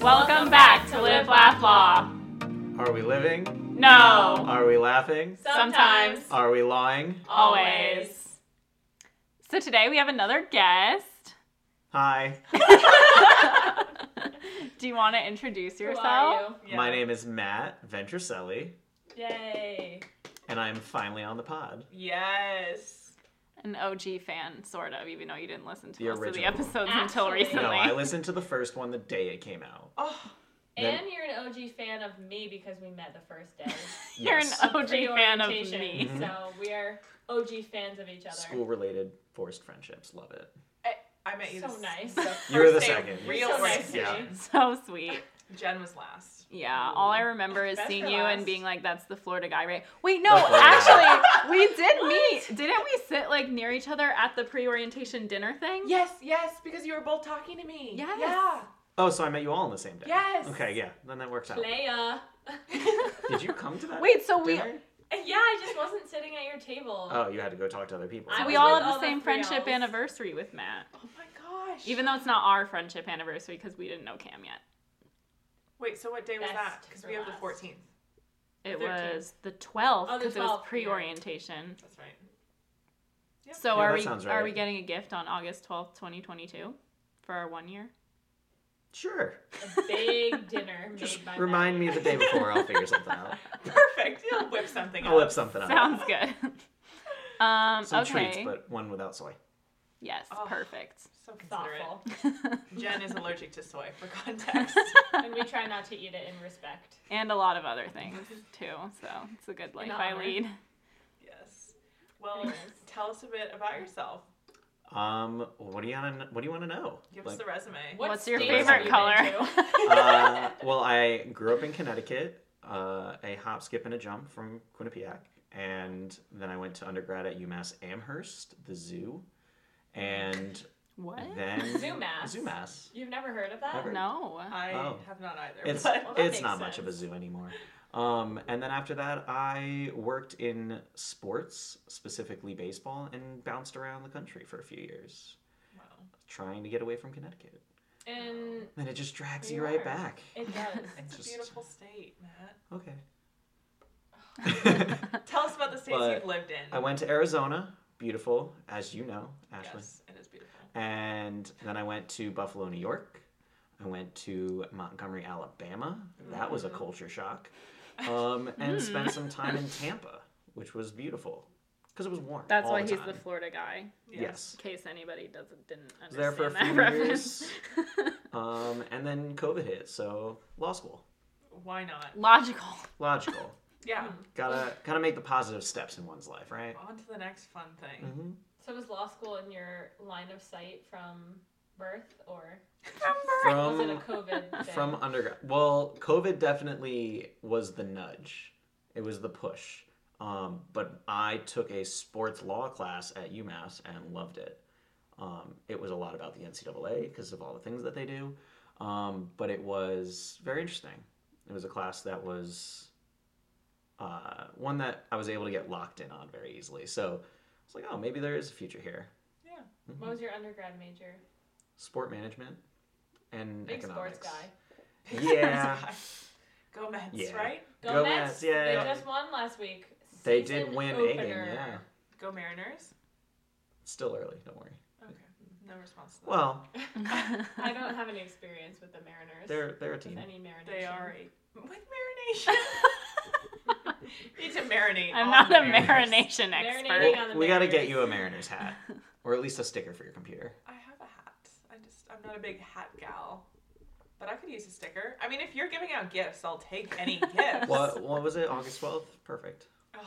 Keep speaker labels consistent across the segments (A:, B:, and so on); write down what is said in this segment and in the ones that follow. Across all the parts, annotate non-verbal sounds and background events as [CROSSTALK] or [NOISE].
A: Welcome back to Live Laugh Law.
B: Are we living?
A: No.
B: Are we laughing?
A: Sometimes.
B: Are we lying?
A: Always. So today we have another guest.
B: Hi,
A: Do you want to introduce
C: Who
A: yourself?
C: are you?
B: my name is Matt Ventricelli,
C: Yay.
B: and I'm finally on the pod.
D: Yes.
A: An OG fan, sort of, even though you didn't listen to
B: The
A: most
B: original.
A: of the episodes until
C: Actually.
A: recently.
B: No, I listened to the first one the day it came out.
D: Oh,
B: Then-
C: And you're an OG fan of me because we met the
A: [LAUGHS]
C: first day.
A: You're
B: yes.
A: an OG fan of
C: Pre-orientation.
A: me. [LAUGHS]
B: Mhm.
C: So we are OG fans of each other.
B: School-related forced frienhips. Love it.
D: I met you.
C: So
D: the-
C: nice.
A: [LAUGHS]
D: the
B: You were the
D: first day of
B: second.
D: Real
C: So
D: work.
C: nice to
B: Yeah.
C: me.
A: So sweet.
D: Jen was last.
A: Yeah, all I remember is
D: Best
A: seeing
D: for
A: you and
D: last.
A: being like, "That's the Florida guy, right?" Wait, no,
B: The Florida
D: guy.
A: actually, we did meet. Didn't we sit like near each other at the pre-orientation dinner thing?
D: Yes, yes, because you were both talking to me.
A: Yes.
D: Yeah.
B: Oh, so I met you all on the same day.
D: Yes.
B: Okay, yeah, then that works
A: [LAUGHS]
B: out.
C: Playa. [LAUGHS]
B: Did you come to that?
A: Wait, so we
B: dinner?
C: yeah, I just wasn't sitting at your table.
B: Oh, you had to go talk to other people.
C: I
A: so we
C: was
A: all
C: with
A: have the
C: all the
A: same
C: three
A: friendship
C: Ls.
A: anniversary with Matt,
D: Oh my gosh.
A: even though it's not our friendship anniversary because we didn't know Cam yet.
D: Wait, so what day was
C: Best
D: that? Because
C: for
D: we have the
C: last.
D: 14th.
A: It
C: 13th.
A: was the twelfth
C: Oh, the
A: because it was
C: 12th, yeah.
A: pre-orientation.
D: That's right. Yep.
A: So
B: Yeah,
A: are
B: that
A: we
B: sounds
A: are
B: right.
A: we getting a gift on August twelfth, twenty twenty-two, for our one year? [LAUGHS]
B: Sure.
C: A big dinner.
B: [LAUGHS] Just
C: made by
B: remind me
C: Matt.
B: the day before. I'll figure something out.
D: Perfect. You'll whip something
B: I'll
D: up.
B: whip something up.
A: Sounds good.
C: [LAUGHS]
A: um,
B: Some
A: okay.
B: treats, but one without soy.
A: Yes,
D: Oh.
A: perfect.
C: [LAUGHS]
D: So considerate.
C: Thoughtful.
D: Jen is allergic to soy, for context.
C: and we try not to eat it in respect.
A: [LAUGHS] and a lot of other things too. So it's a good life
C: In
A: I
C: honor.
A: lead.
D: yes. Well,
C: Anyways.
D: tell us a bit about yourself.
B: Um, what do you want to? What do you want to know?
D: Give
B: Like-
D: us the resume.
C: What
A: What's your
C: states have
B: favorite
C: you
A: color?
C: been
A: [LAUGHS]
C: to?
B: uh, well, I grew up in Connecticut, uh, a hop, skip, and a jump from Quinnipiac. And then I went to undergrad at UMass Amherst, the zoo. And
A: What?
C: [LAUGHS]
B: then.
C: Zoomass.
B: Zoomass.
C: You've never heard of that?
B: Never.
A: No.
C: Uh,
D: I
B: Oh.
D: have not either.
B: It's,
D: but-
C: Well, that
B: it's
C: makes
B: not much of a
C: sense.
B: zoo anymore. Um, and then after that, I worked in sports, specifically baseball, and bounced around the country for a few years,
D: Wow.
B: trying to get away from Connecticut.
C: And
B: And it just drags
C: You
B: you right
C: are.
B: back.
C: it does.
D: It's
B: Just-
D: a beautiful state, Matt.
C: [LAUGHS]
B: Okay.
D: Tell us about the states
B: But
D: you've lived in.
B: I went to Arizona, beautiful, as you know, Ashley.
D: Yes, it is beautiful.
B: And then I went to Buffalo, New York. I went to Montgomery, Alabama. That was a
A: Mm-hmm.
B: culture shock. Um,
A: [LAUGHS]
B: and spent some time in Tampa, which was beautiful because it was warm.
A: That's
B: all
A: why
B: the
A: he's
B: time.
A: the Florida guy.
B: Yes.
A: In case anybody doesn't didn't
B: Was there
A: understand
B: for a
A: that
B: few
A: reference. [LAUGHS]
B: years. Um, and then COVID hit, so law school.
D: Why not?
A: Logical.
B: Logical.
A: [LAUGHS]
D: Yeah.
B: gotta gotta make the positive steps in one's life, right?
D: Mm-hmm. On to the next fun thing. [LAUGHS]
B: Mm-hmm.
C: So was law school in your line of sight from birth, or was it a
B: From [LAUGHS]
C: COVID thing?
B: Um, from undergrad. Well, COVID definitely was the nudge. It was the push. Um, but I took a sports law class at UMass and loved it. Um, it was a lot about the NCAA because of all the things that they do. Um, but it was very interesting. It was a class that was uh, one that I was able to get locked in on very easily. So I was like, oh, maybe there is a future here.
C: what was your undergrad major?
B: Sport management and
C: Big
B: economics.
C: sports guy. [LAUGHS]
B: Yeah.
D: Go Mets,
B: Yeah.
D: right?
C: Go,
B: Go
C: Mets!
B: Mets, yeah.
C: They just won last week.
B: They did
C: Season
B: win a game,
C: opener.
B: yeah.
D: Go Mariners.
B: Still early, don't worry.
D: Okay. No response. To that.
B: Well,
C: [LAUGHS] I don't have any experience with the Mariners.
B: they're they're a
C: with
B: team.
C: any marination.
D: they are a with
A: [LAUGHS]
D: marination. Need to marinate.
A: I'm
D: all
A: not
D: the
A: a
D: Mariners.
A: marination
C: Marinating
A: expert.
C: on the
B: we got to get
C: Mariners.
B: you a Mariners hat, or at least a sticker for your computer.
D: I have a hat. I just I'm not a big hat gal. But I could use a sticker. I mean, if you're giving out gifts, I'll take any gift.
B: What what was it? August twelfth. Perfect.
D: Oh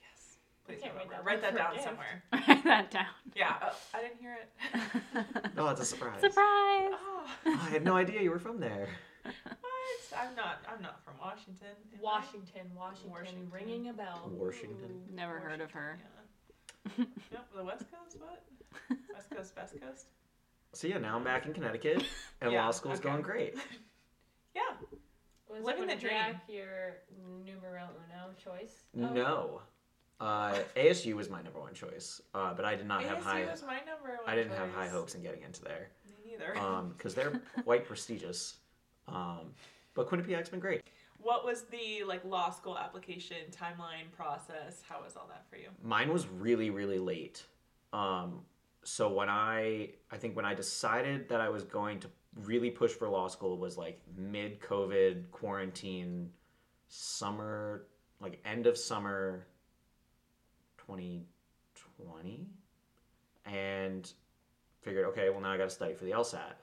D: yes.
C: We
D: Please
C: can't write
D: remember.
C: that
D: Write
C: down for
D: that
C: a
D: down
C: gift.
D: somewhere.
A: [LAUGHS] Write that
D: [LAUGHS]
A: down.
D: Yeah. Oh, I didn't hear
A: [LAUGHS]
D: it.
B: No, it's Oh, a surprise.
A: Surprise.
D: Oh,
B: Oh, I had no idea you were from there.
D: what? I'm not. I'm not from Washington. am I?
C: Washington, Washington,
D: Washington.
C: ringing a bell.
B: Washington.
D: Ooh,
A: Never heard of her.
D: yeah. nope. The West Coast.
A: [LAUGHS]
D: What? West Coast. West Coast.
B: So yeah, now I'm back in Connecticut, and
D: Yeah,
B: law school's
D: okay. Oh.
B: going great.
D: [LAUGHS] Yeah.
C: Was
D: Living the
C: Quinnipiac your numero uno choice? Oh,
B: No, uh, ASU was my number one choice, uh, but I did not have
D: ASU
B: high.
D: was my number one.
B: I didn't have Uh,
D: choice.
B: high hopes in getting into there um,
D: Me neither.
B: because they're quite prestigious. Um, but Quinnipiac's been great.
D: [LAUGHS] What was the like law school application timeline process? How was all that for you?
B: mine was really really late um so when i i think when i decided that i was going to really push for law school was like mid covid quarantine summer like end of summer 2020 and figured okay well now i got to study for the lsat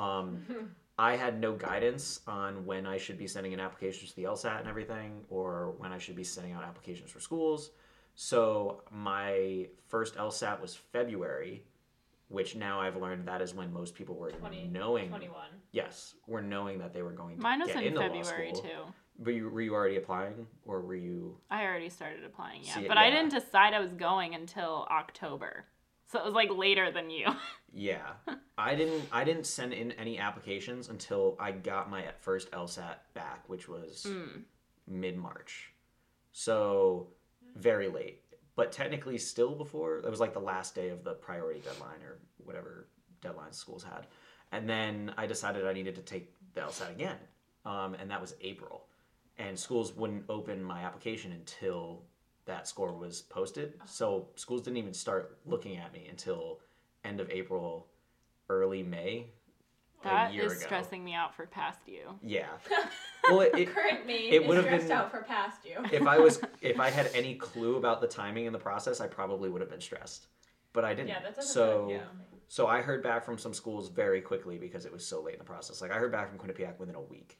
B: um
C: Oh. [LAUGHS]
B: I had no guidance on when I should be sending in applications to the LSAT and everything, or when I should be sending out applications for schools. So my first LSAT was February, which now I've learned that is when most people were
C: 20,
B: knowing.
C: 21.
B: Yes, were knowing that they were going to
A: Mine was
B: get
A: in
B: into
A: February
B: law school.
A: too.
B: But you, were you already applying, or were you?
A: I already started applying, yeah.
B: See,
A: but I
B: yeah.
A: didn't decide I was going until October. So it was like later than you. [LAUGHS]
B: Yeah, I didn't. I didn't send in any applications until I got my first LSAT back, which was
D: Hmm.
A: [LAUGHS] Mm.
B: mid March. So very late, but technically still before. That was like the last day of the priority deadline or whatever deadlines schools had. And then I decided I needed to take the LSAT again, um, and that was April. And schools wouldn't open my application until that score was posted. So schools didn't even start looking at me until end of April, early May.
A: That
B: year
A: is
B: ago.
A: stressing me out for past you. [LAUGHS]
B: Yeah. Well, it, it,
C: Current me
B: it
C: is
B: would've
C: stressed
B: been-
C: out for past
B: [LAUGHS]
C: you.
B: if I was if I had any clue about the timing and the process, I probably would have been stressed. But I didn't.
C: Yeah, that doesn't
B: so
C: sound
D: yeah.
B: so I heard back from some schools very quickly because it was so late in the process. Like I heard back from Quinnipiac within a week.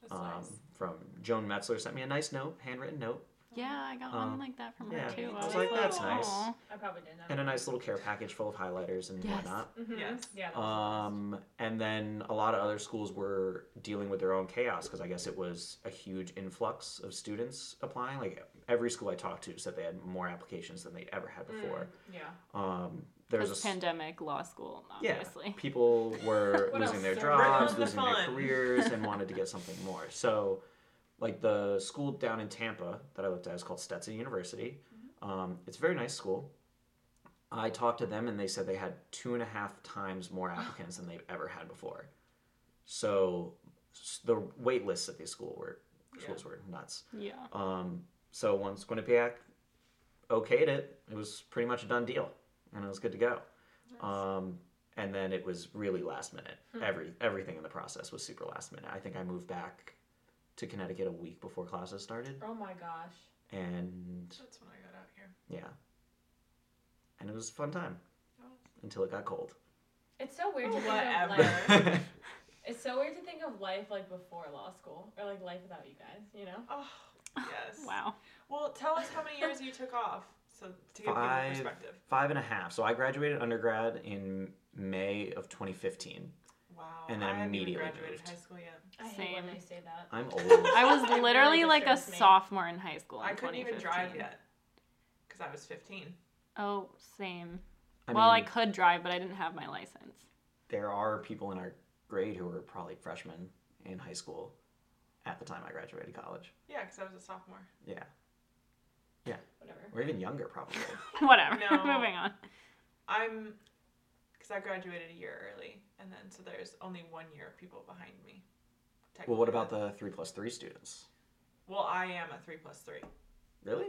D: That's
B: Um,
D: nice.
B: From Joan Metzler sent me a nice note, handwritten note,
A: Yeah,
D: Oh.
A: I got
B: Um,
A: one like that from
B: yeah.
A: her too.
D: I
A: I
D: was
A: was
D: like, "That's
A: "Aw."
B: nice."
C: I probably didn't.
B: and a nice little care package full of highlighters and
A: Yes.
B: whatnot.
C: Mm-hmm.
D: Yes.
C: Yeah. that was
B: Um, and then a lot of other schools were dealing with their own chaos because I guess it was a huge influx of students applying. Like every school I talked to said they had more applications than they'd ever had
C: the best.
B: before.
C: Mm, yeah.
B: Um, there's a
A: Post
B: s-
A: pandemic law school,
B: yeah,
D: [LAUGHS]
A: obviously.
B: people were
C: What
B: losing
C: else?
B: their
C: They're right
B: jobs,
D: on the
B: losing their
D: fun.
B: careers, and wanted to get something more. So, like the school down in Tampa that I looked at is called Stetson University. Um, it's a very nice school. I talked to them, and they said they had two and a half times more applicants than they've ever had before. So, s- the wait lists at these school were
D: Yeah.
B: schools were nuts.
A: Yeah.
B: Um, so once Quinnipiac okayed it, it was pretty much a done deal, and it was good to go. Um, and then it was really last minute.
A: Hmm.
B: Every everything in the process was super last minute. I think I moved back to Connecticut a week before classes started,
C: Oh my gosh.
B: and
D: That's when I got out here.
B: yeah, and it was a fun time until it got cold.
C: It's so weird to think
D: Whatever.
C: of life. it's so weird to think of life like before law school or like life without you guys. You know.
D: Oh, yes.
A: [LAUGHS]
D: [LAUGHS]
A: Wow.
D: Well, tell us how many years you took off, so to give
B: Five.
D: people perspective.
B: [LAUGHS] Five and a half. So I graduated undergrad in May of 2015.
D: Wow.
B: And then
D: I haven't even
B: immediately
D: graduated
B: moved.
D: high school yet.
C: I hate when
A: Same.
C: they say that.
B: I'm
A: [LAUGHS]
B: old.
A: I was
C: It
A: literally
C: really
A: like a
C: disturbs me.
A: sophomore in high school. In
D: I couldn't even drive
A: 2015.
D: yet because I was 15.
A: Oh, same.
B: I
A: well, I
B: mean-
A: could drive, but I didn't have my license. [LAUGHS]
B: there are people in our grade who were probably freshmen in high school at the time I graduated college.
D: Yeah, because I was a sophomore.
B: Yeah,
C: Whatever.
B: or even younger probably.
A: [LAUGHS] Whatever.
D: No.
A: Moving on.
D: I'm because I graduated a year early, and then so there's only one year of people behind me.
B: well, what about
D: technically.
B: the three plus three students?
D: Well, I am a three plus three
B: Really?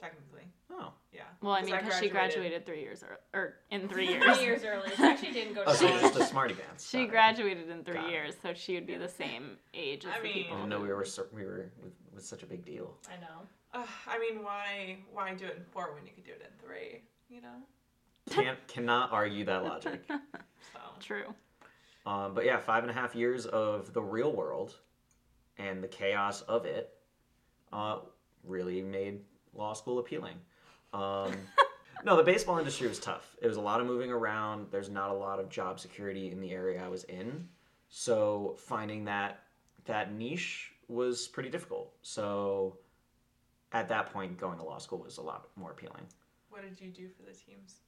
D: technically.
B: Oh,
D: Yeah.
A: Well, I
D: 'Cause
A: mean, because she graduated three years early, or in [LAUGHS]
C: [LAUGHS]
A: three years.
C: Three years early. She actually didn't go to
B: oh so it's
C: college.
B: just a smarty pants.
A: She
B: Got it.
A: graduated in three
B: Got it.
A: years, so she would be the same age as
D: I
A: the
D: mean-
B: I
A: people.
B: didn't know we were so- we were with, with such a big deal.
C: I know.
D: Ugh, I mean, why why do it in four when you could do it in three? You know.
B: Can't cannot argue that logic.
D: So
A: [LAUGHS] True.
B: Um, but yeah, five and a half years of the real world and the chaos of it uh, really made law school appealing. Um, no, the baseball industry was tough. It was a lot of moving around. There's not a lot of job security in the area I was in, so finding that that niche was pretty difficult. So at that point, going to law school was a lot more appealing.
D: what did you do for the teams?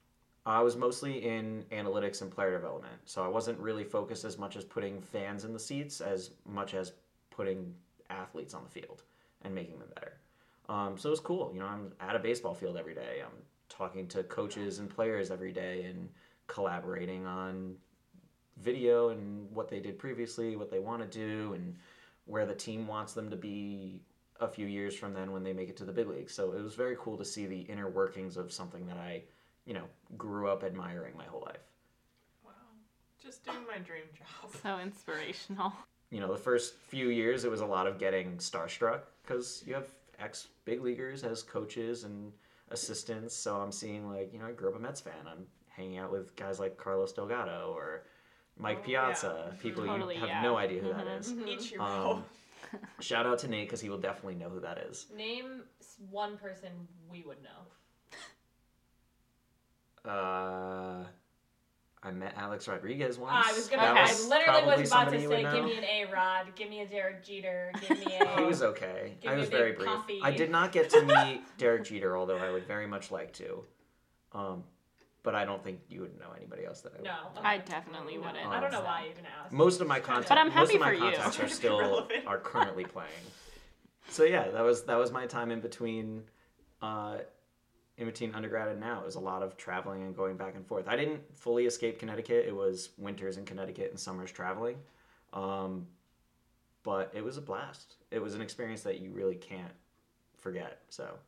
B: I was mostly in analytics and player development, so I wasn't really focused as much as putting fans in the seats as much as putting athletes on the field and making them better. Um, so it was cool. You know, I'm at a baseball field every day. I'm talking to coaches and players every day and collaborating on video and what they did previously, what they want to do, and where the team wants them to be a few years from then when they make it to the big league. So it was very cool to see the inner workings of something that I, you know, grew up admiring my whole life.
D: Wow. Just doing my dream
A: [LAUGHS]
D: job.
A: So inspirational. [LAUGHS]
B: you know, the first few years, it was a lot of getting starstruck because you have ex big leaguers as coaches and assistants. So I'm seeing like, you know, I grew up a Mets fan. I'm hanging out with guys like Carlos Delgado or Mike
D: Oh,
B: Piazza,
D: yeah.
B: people
A: Totally,
B: you have
A: yeah.
B: no idea who that
A: Mhm.
C: Mm-hmm.
B: is.
D: Ichiro.
B: Um, shout out to Nate because he will definitely know who that is.
C: Name s- one person we would know.
B: Uh, I met Alex Rodriguez once.
C: I was gonna.
A: That
C: I
A: was
C: literally
B: probably
C: was about
B: somebody
C: to
B: you would
C: say, give
B: know."
C: me an A Rod, give me a Jared Jeter, give
B: [LAUGHS]
C: me a.
B: He was okay.
C: Give
B: I
C: me
B: was
C: a big
B: very brief.
C: coffee.
B: I did not get to meet Derek Jeter, although I would very much like to. Um, but I don't think you would know anybody else that I would.
C: no.
A: I definitely
C: No.
A: wouldn't.
C: I don't know why you even asked.
B: Most of my
D: Kinda-
B: contacts,
D: But
A: I'm
B: most
A: happy
B: of my
A: for you. [LAUGHS]
B: contacts are still
D: Irrelevant.
B: are currently playing. So yeah, that was that was my time in between, uh, in between undergrad and now. It was a lot of traveling and going back and forth. I didn't fully escape Connecticut. It was winters in Connecticut and summers traveling, um, but it was a blast. It was an experience that you really can't forget. So,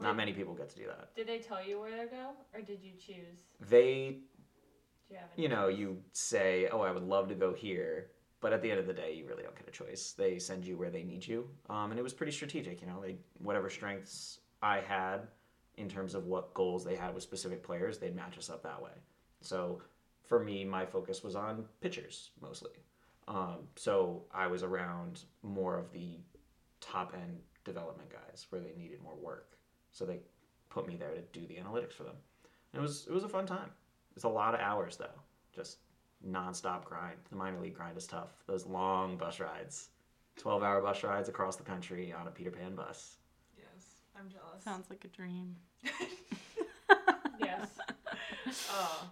B: not many people get to do that.
C: Did they tell you where to go, or did you choose?
B: They
C: Do you have? any
B: you know,
C: choice?
B: you say, "Oh, I would love to go here," but at the end of the day, you really don't get a choice. They send you where they need you, um, and it was pretty strategic. You know, they whatever strengths I had in terms of what goals they had with specific players, they'd match us up that way. So for me, my focus was on pitchers mostly. Um, so I was around more of the top end development guys where they needed more work. So they put me there to do the analytics for them. And it was it was a fun time. It's a lot of hours though. Just nonstop grind. The minor league grind is tough. Those long bus rides. 12 hour bus rides across the country on a Peter Pan bus.
D: yes, I'm jealous.
A: Sounds like a dream.
C: [LAUGHS] Yes.
D: oh.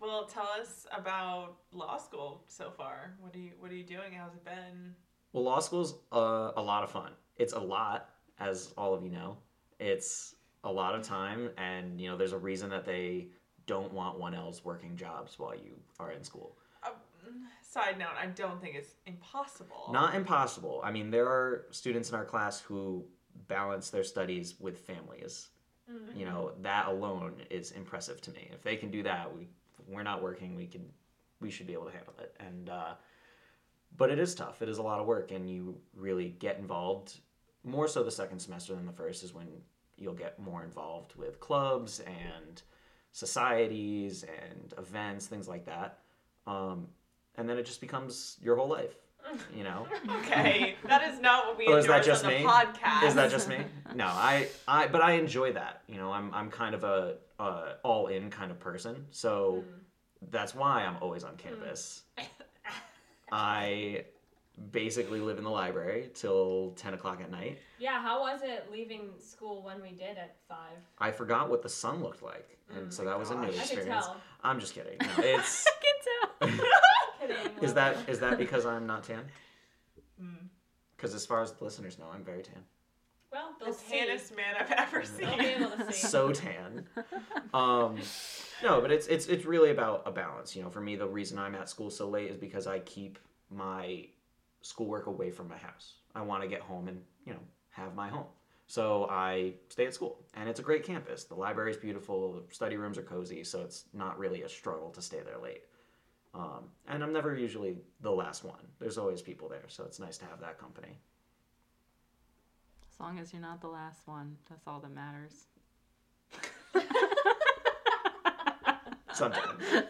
D: Well, tell us about law school so far. What are you What are you doing? How's it been?
B: Well, law school's uh, a lot of fun. It's a lot, as all of you know. It's a lot of time, and you know, there's a reason that they don't want one L's working jobs while you are in school.
D: Uh, side note: I don't think it's impossible.
B: Not impossible. I mean, there are students in our class who balance their studies with families.
C: Mhm.
B: You know, that alone is impressive to me. If they can do that, we we're not working. We can we should be able to handle it. And uh, but it is tough. It is a lot of work, and you really get involved more so the second semester than the first is when you'll get more involved with clubs and societies and events, things like that. Um, and then it just becomes your whole life. You know.
D: [LAUGHS] okay. that is not what we
B: Oh,
D: endorse
B: is that just
D: on the
B: me?
D: podcast.
B: Is that just
D: [LAUGHS]
B: me? No, I, I, but I enjoy that. You know, I'm, I'm kind of a, uh all in kind of person.
C: Mm.
B: So that's why I'm always on
D: [LAUGHS]
B: campus. I basically live in the library till 10 o'clock at night.
C: Yeah. How was it leaving school when we did at five?
B: I forgot what the sun looked like. And
D: Mm,
B: so
D: my
B: that was a new
D: gosh. I
C: I could
B: experience.
C: tell.
B: I'm just kidding. No,
A: [LAUGHS]
B: it's,
A: I can
B: [LAUGHS]
A: tell.
C: Kidding.
B: is that, is that because I'm not tan?
D: Mm.
B: Because as far as the listeners know, I'm very tan.
C: Well,
D: The
C: they'll see.
D: tannest man I've
B: Mm.
D: ever
C: They'll be
D: seen.
C: able to see.
B: so tan. Um, no, but it's it's it's really about a balance. You know, for me, the reason I'm at school so late is because I keep my schoolwork away from my house. I want to get home and you know have my home. So I stay at school, and it's a great campus. The library's beautiful, the study rooms are cozy, so it's not really a struggle to stay there late. Um, and I'm never usually the last one. There's always people there, so it's nice to have that company.
A: As long as you're not the last one, that's all that [LAUGHS] matters.
B: Sometimes.
D: Uh,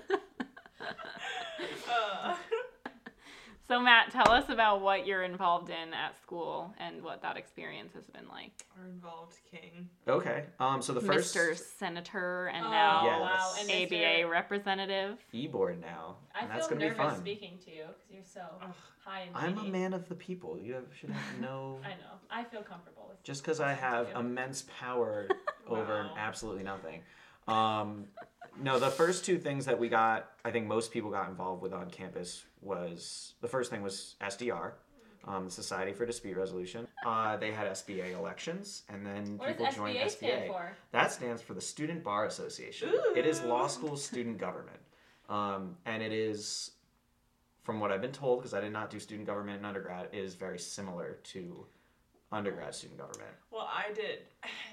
A: So, Matt, tell us about what you're involved in at school and what that experience has been like.
D: [LAUGHS] our involved king.
B: Okay. Um. So the first
A: Mr. Senator and
C: Oh,
A: now
B: Yes.
C: wow. And is there-
A: ABA representative.
B: e-board now.
C: I
B: and that's
C: feel
B: gonna be
C: nervous
B: fun.
C: speaking to you because you're so
D: Ugh.
C: high and
B: I'm a
C: mighty.
B: man of the people. You have, should have no.
C: [LAUGHS] I know. I feel comfortable with
B: Just because I have
C: Yeah.
B: immense
C: [LAUGHS]
B: power over
D: Wow.
B: absolutely nothing. Um, no, the first two things that we got, I think most people got involved with on campus was the first thing was SDR, um, the Society for Dispute Resolution. Uh, they had SBA elections, and then
C: What
B: people
C: does
B: joined
C: SBA
B: SBA.
C: stand for?
B: That stands for the Student Bar Association. It is law school student government. Um, and it is from what I've been told, because I did not do student government in undergrad, is very similar to undergrad student government.
D: Well, I did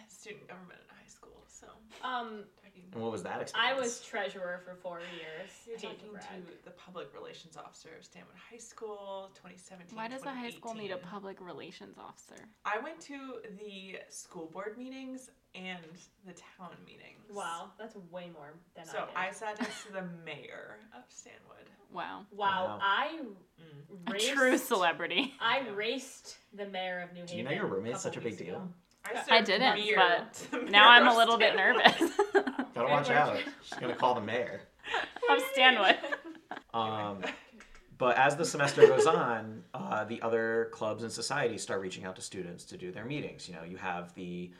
D: student government in high school, so
C: Um,
D: talking
B: And what was that
C: I
B: experience?
C: was treasurer for four years.
D: You're
C: I hate to
D: talking
C: brag.
D: to the public relations officer of Stanford High School, 2017.
A: Why does a high school need a
D: 2018.
A: public relations officer?
D: I went to the school board meetings and the town meetings.
C: Wow, that's way more than
D: So
C: I
D: I,
C: did.
D: sat next to the mayor of Stanwood.
A: Wow.
C: wow,
B: Wow.
C: I
D: Mm.
A: A
C: raced,
A: true [LAUGHS] celebrity.
C: I
D: Yeah.
C: raced the mayor of New Haven.
B: Do you know your roommate's
C: couple
B: such a big
C: weeks ago.
B: deal?
D: served
A: didn't,
D: beer
A: but
D: to the mayor
A: Now I'm
D: of
A: a little bit
D: Stanwood.
A: [LAUGHS] nervous.
B: Gotta watch out. She's gonna call the mayor.
A: Of Stanwood.
B: Um, but as the semester goes on, uh, the other clubs and societies start reaching out to students to do their meetings. You know, you have the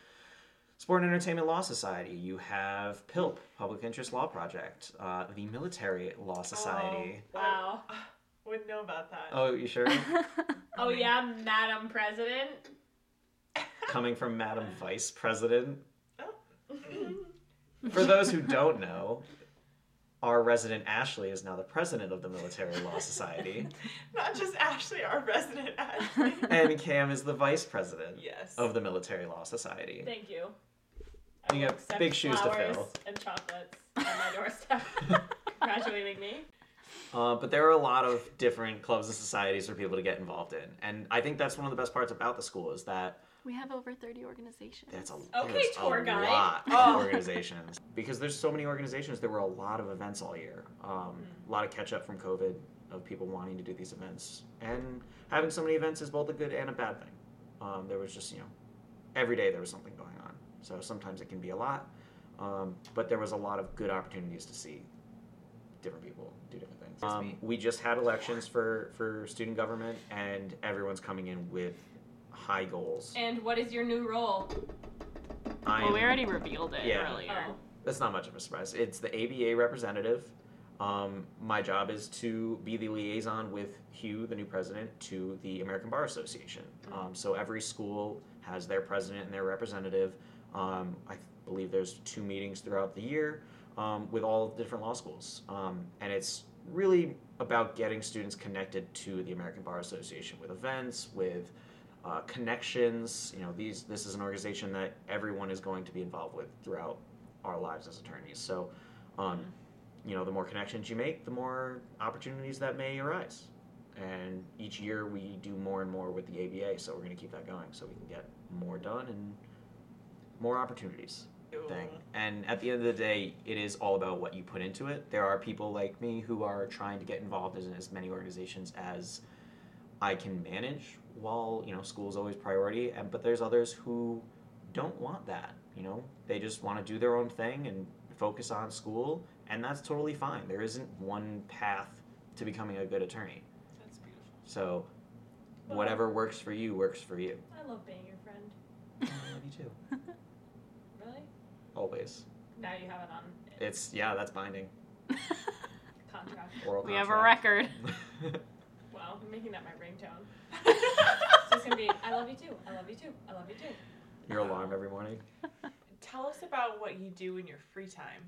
B: Sport and Entertainment Law Society, you have PILP, Public Interest Law Project, uh, the Military Law
D: Oh.
B: Society.
C: [LAUGHS] Wow.
D: Wouldn't know about that.
B: Oh, you sure?
C: Oh
D: Amazing.
C: yeah, Madam President.
B: Coming from Madam Vice President.
D: Mm.
B: For those who don't know, our resident Ashley is now the president of the Military Law Society,
D: [LAUGHS] Not just Ashley, our resident
A: [LAUGHS]
D: Ashley.
B: and Cam is the vice president
D: yes.
B: of the Military Law Society.
C: Thank you. will
B: You got
C: accept
B: big shoes to
C: flowers
B: fill.
C: And chocolates on my
B: [LAUGHS]
C: doorstep. Congratulating me.
B: Uh, but there are a lot of different clubs and societies for people to get involved in, and I think that's one of the best parts about the school is that
A: [LAUGHS] We have over 30 organizations.
B: that's a
C: Okay,
B: there's
C: tour
B: a
C: guide.
B: lot
D: Oh.
B: of organizations [LAUGHS] because there's so many organizations. There were a lot of events all year, um,
C: Mm.
B: a lot of catch up from COVID of people wanting to do these events, and having so many events is both a good and a bad thing. Um, there was just you know every day there was something going on, so sometimes it can be a lot, um, but there was a lot of good opportunities to see different people do different things.
D: Excuse
B: Um,
D: me.
B: we just had elections for for student government, and everyone's coming in with high goals.
C: And what is your new role?
B: I
A: Well, we
B: am-
A: already revealed it
B: Yeah.
A: earlier.
C: Oh.
B: that's not much of a surprise. It's the ABA representative. Um, my job is to be the liaison with Hugh, the new president, to the American Bar Association. Um, so every school has their president and their representative. Um, I believe there's two meetings throughout the year um, with all the different law schools. Um, and it's really about getting students connected to the American Bar Association with events, with uh, connections. You know, these this is an organization that everyone is going to be involved with throughout our lives as attorneys. So, um, you know, the more connections you make, the more opportunities that may arise. And each year we do more and more with the ABA, so we're going to keep that going so we can get more done and more opportunities thing. And at the end of the day, it is all about what you put into it. There are people like me who are trying to get involved in as many organizations as I can manage while, you know, school's always priority. And but there's others who don't want that, you know. They just want to do their own thing and focus on school, and that's totally fine. There isn't one path to becoming a good attorney.
D: That's beautiful.
B: So whatever works for you works for you.
C: I love being your friend.
A: Oh.
B: I love you too.
C: Really?
B: Always.
C: Now you have it on
B: It's yeah, that's binding.
C: contract.
B: Oral
A: [LAUGHS] we have a
B: contract.
A: record.
C: Wow, I'm making that my ringtone. So [LAUGHS] it's gonna be I love you too. I love you too. I love you too.
B: Your alarm every morning.
D: [LAUGHS] Tell us about what you do in your free time.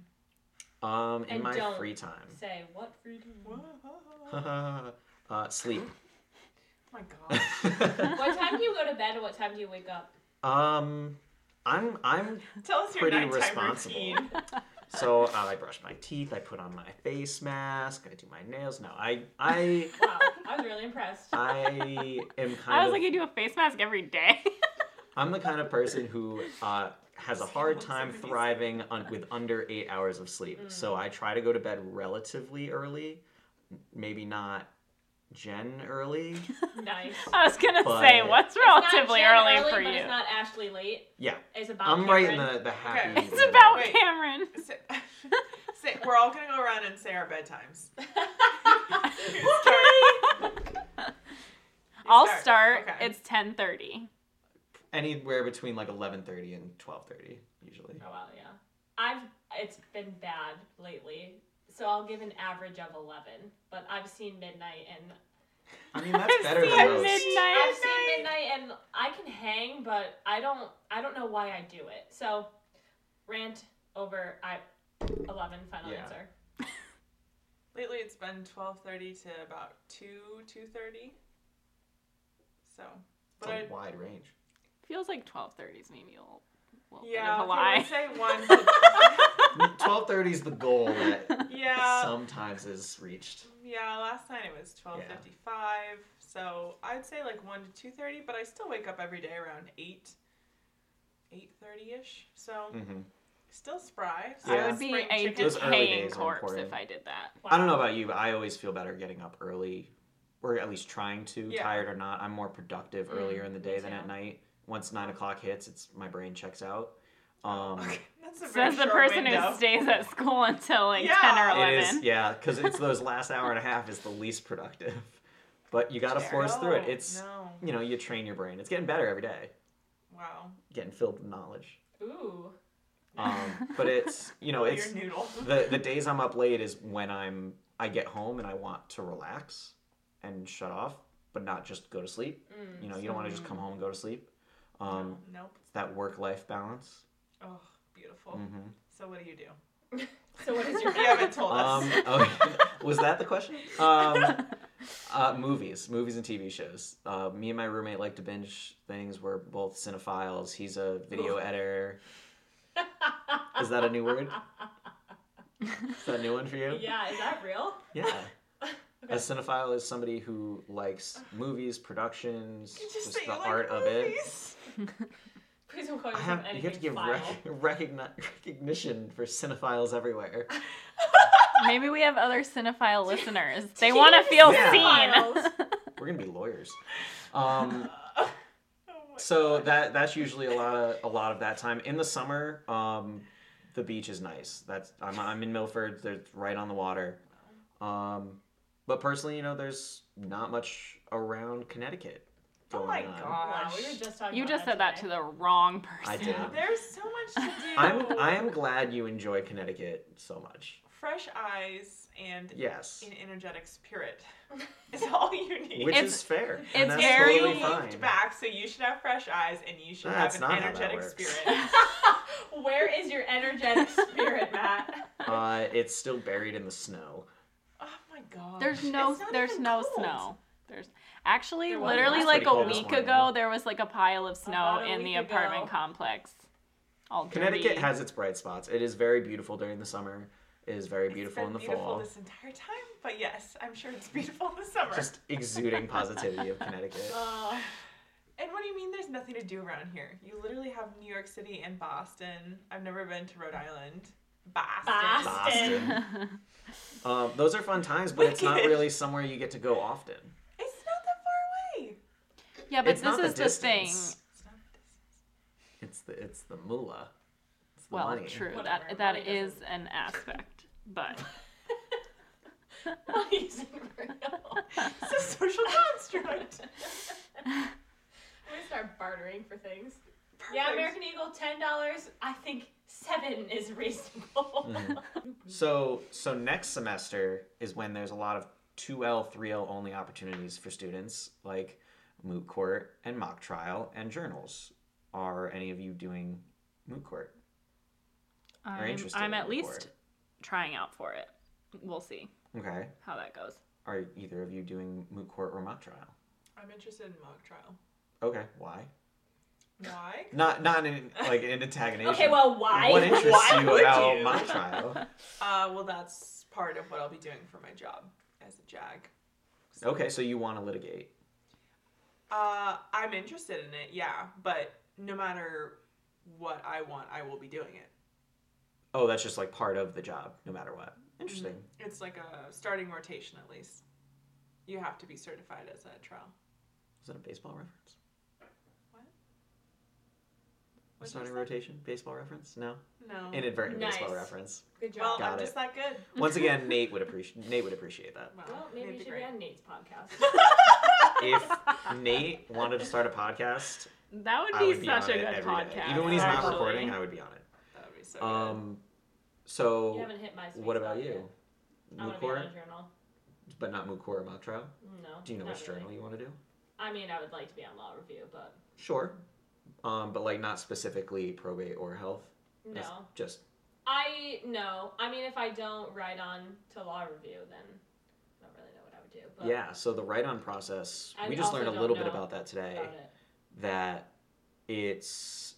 B: Um, in
C: And
B: my
C: don't
B: free
C: Say what freaking
D: Oh
B: time. [LAUGHS]
A: [LAUGHS]
B: uh, sleep.
D: my god.
C: What time do you go to bed and what time do you wake up?
B: um, I'm I'm
D: Tell us your
B: Pretty
D: nighttime
B: responsible.
D: [LAUGHS] routine.
B: so uh, I brush my teeth. I put on my face mask. I do my nails. No, I I
C: Wow, I was really [LAUGHS] impressed.
B: I am kind
A: [LAUGHS] I was
B: of
A: like, you do a face mask every day. [LAUGHS]
B: I'm the kind of person who uh, has a hard
D: Sounds
B: time
D: amazing.
B: thriving on, with under eight hours of sleep.
A: Mm.
B: So I try to go to bed relatively early, maybe not Jen
A: [LAUGHS]
B: early.
C: Nice.
A: I was gonna
B: But-
A: say, what's relatively early,
C: it's not Jen early,
A: for
C: but
A: you?
C: It's not Ashley late.
B: Yeah,
C: It's about.
B: I'm right in
C: Cameron.
B: the the happy.
A: [LAUGHS]
D: Okay.
A: It's
B: middle.
A: about
D: Wait.
A: Cameron.
D: Say, [LAUGHS] say, we're all gonna go around and say
A: [LAUGHS]
D: our bedtimes. You start. You
A: I'll start.
D: Okay.
A: It's 10:30.
B: anywhere between like 11:30 and 12:30
A: [LAUGHS]
B: usually.
C: Oh wow, yeah. I've it's been bad lately, so I'll give an average of eleven. But I've seen midnight and
B: I mean that's
A: I've
B: better
A: seen
B: than most.
A: midnight.
C: I've seen midnight and I can hang, but I don't. I don't know why I do it. So, rant over. I eleven final
B: Yeah.
C: answer.
D: Lately, it's been twelve thirty to about two two thirty. So,
B: It's
D: but I,
B: a wide range.
A: Feels like 1230s maybe a little, little
D: yeah,
A: bit of a
D: okay,
A: lie.
D: let's
A: [LAUGHS]
D: say one. To,
B: Twelve thirty is the
A: [LAUGHS]
B: goal that
D: yeah,
B: sometimes is reached.
D: yeah. Last night it was twelve fifty five. So I'd say like one to two thirty, but I still wake up every day around eight, eight thirty ish. So
B: hmm
D: still spry.
B: Yeah.
A: I would be
D: spring
A: a
D: chicken.
B: Those early
A: decaying
B: days are
A: corpse
B: important.
A: if I did that.
B: I don't know about you, but I always feel better getting up early, or at least trying to,
D: Yeah.
B: tired or not. I'm more productive
A: Mm,
B: earlier in the
A: me
B: day than
A: too.
B: at night. Once nine o'clock hits, it's my brain checks out. Um,
D: Okay,
A: [LAUGHS]
D: that's a very
A: Says the
D: short
A: person
D: window.
A: who stays at school until like
D: Yeah.
A: 10 or
D: It
B: It
A: 11.
B: is, yeah, because
A: [LAUGHS]
B: it's those last hour and a half is the least productive. But you got to force through it.
D: No,
B: It's
D: no.
B: you know you train your brain. It's getting better every day,
D: Wow.
B: getting filled with knowledge.
C: Ooh.
B: Um, but it's you know
D: Well,
B: it's
D: Your noodle.
B: the the days I'm up late is when I'm I get home and I want to relax and shut off, but not just go to sleep.
C: Mm.
B: You know you don't want to just come home and go to sleep. [LAUGHS] Um,
D: [LAUGHS] nope.
B: it's that work life balance.
D: Oh, beautiful.
B: hmm
D: So what do you do?
C: So what
A: [LAUGHS]
C: is your
D: [LAUGHS] You haven't told us.
B: Um, okay. [LAUGHS] was that the question? Um, uh, movies, movies and TV shows. Uh, me and my roommate like to binge things. We're both cinephiles. He's a video
D: Ooh.
B: editor. Is that a new
D: [LAUGHS]
B: word? Is that a new one for you?
C: [LAUGHS] yeah, is that real?
B: Yeah.
D: [LAUGHS]
C: Okay.
B: A cinephile is somebody who likes movies, productions,
D: You
B: just,
D: say
B: the
D: you like
B: art of it.
D: movies.
C: Please don't call
B: I
C: yourself
B: have, you
C: anything
B: have to give
C: file.
B: rec- recogni- [LAUGHS] recognition for cinephiles
D: [LAUGHS]
B: everywhere.
A: Maybe we have other cinephile listeners. They
C: Teen
A: want to feel
C: cinephiles.
A: seen.
B: We're gonna be lawyers. Um,
D: Uh, oh my
B: so
D: God.
B: that that's usually a lot of a lot of that time in the summer um the beach is nice that's i'm, I'm in milford there's right on the water um but personally you know there's not much around connecticut
D: Oh my
B: going on.
D: God.
C: Wow, we were just talking
A: [LAUGHS] you
C: about
A: just
C: that
A: said that
C: today.
A: to the wrong person.
B: I did.
D: There's so
B: [LAUGHS]
D: much to do.
B: i'm i am glad you enjoy connecticut so much
D: Fresh eyes and
B: yes
D: an energetic [LAUGHS] spirit is all you need.
B: which
A: It's-
B: is fair
A: it's
B: and that's
A: very-
B: totally
D: you
B: fine
D: moved back, so you should have fresh eyes and you should
B: That's
D: have
B: not
D: an
B: how that
D: energetic
B: works.
D: spirit. [LAUGHS]
C: Where is your energetic spirit,
A: [LAUGHS]
C: Matt?
B: uh it's still buried in the snow
D: Oh my god.
A: There's no
D: It's not
A: there's
D: even
A: no
D: cold.
A: snow. There's actually
C: There wasn't
A: literally
C: last
A: like
B: week.
A: a
B: Pretty cold this
A: week
B: morning.
A: ago there was like a pile of snow
C: About a
A: in the
C: week ago.
A: apartment complex. All
B: connecticut
A: dirty.
B: has its bright spots it is very beautiful during the summer it is very
D: It's
B: beautiful
D: been
B: in the
D: beautiful
B: fall
D: this entire time, but yes, I'm sure it's [LAUGHS] beautiful in the summer.
B: just exuding positivity of Connecticut.
A: [LAUGHS]
C: Oh,
D: And what do you mean there's nothing to do around here? You literally have New York City and Boston. I've never been to Rhode Island. Boston.
C: Boston.
B: Um, those are fun times, but it's not
D: Wicked.
B: really somewhere you get to go often.
D: It's not that far away.
A: Yeah, but
B: it's
A: this
B: not the
A: is the, thing.
B: distance.
D: It's not this.
B: It's the it's the moolah. It's the
A: Well,
B: money.
A: true.
C: Whatever,
A: That that
C: money
A: is
C: doesn't-
A: an aspect, but
C: money isn't real. [LAUGHS]
D: It's a [LAUGHS] social construct.
C: We're gonna start bartering for things. Yeah, American Eagle, ten dollars. I think seven is
B: [LAUGHS]
C: reasonable.
B: Mhm. So so next semester is when there's a lot of two L three L only opportunities for students like moot court and mock trial and journals. Are any of you doing moot court? Are
A: [LAUGHS] I'm,
B: interested
A: Um, I'm
B: in
A: at
B: moot
A: least
B: court?
A: trying out for it. We'll see
B: Okay.
A: how that goes.
B: Are either of you doing moot court or mock trial?
D: I'm interested in mock trial.
B: Okay. Why?
D: Why?
B: Not not in like an antagonist.
C: [LAUGHS] okay, well, why?
B: what interests
D: why
B: you
D: would
B: about
D: you?
B: my trial?
D: Uh, well, that's part of what I'll be doing for my job as a JAG.
B: Okay, so you want to litigate.
D: Uh, I'm interested in it, yeah, but no matter what I want, I will be doing it.
B: Oh, that's just like part of the job, no matter what. Interesting.
D: It's like a starting rotation, at least. You have to be certified as a trial.
B: Is that a baseball reference?
D: What'd you
B: Starting
D: say? Oh,
B: rotation, baseball reference? No,
D: No.
B: inadvertent baseball
C: Nice.
B: reference.
C: Good
D: well,
C: job.
B: Got
D: I'm just
B: it.
D: that good.
B: Once again, Nate would appreciate Nate would appreciate
D: [LAUGHS]
B: that.
D: Well,
C: Well, maybe
D: it'd
C: you
D: be
C: should
D: great.
C: be on Nate's podcast.
B: If Nate wanted to start a podcast,
A: That would
B: I
A: be
B: would be
A: such
B: on
A: a
B: it
A: good
B: every day.
A: podcast.
B: Even when he's not
D: actually.
B: recording, I would be on it.
D: That would be so
B: Um,
C: you
B: so
C: haven't hit my. sweet
B: what
C: spot
B: about
C: yet.
B: you?
C: I want
B: Moot
C: to be on a
B: court,
C: journal.
B: but not moot court or mock trial.
C: No.
B: Do you know
C: not
B: which
C: really.
B: journal you want to do?
C: I mean, I would like to be on law review, but
B: Sure, um, but like not specifically probate or health.
C: no.
B: That's just
C: I no. I mean, if I don't write on to law review, then I don't really know what I would do. But
B: yeah, so the write on process,
C: I
B: we just
C: also
B: learned a
C: don't
B: little bit
C: know
B: about that today.
C: about it.
B: that it's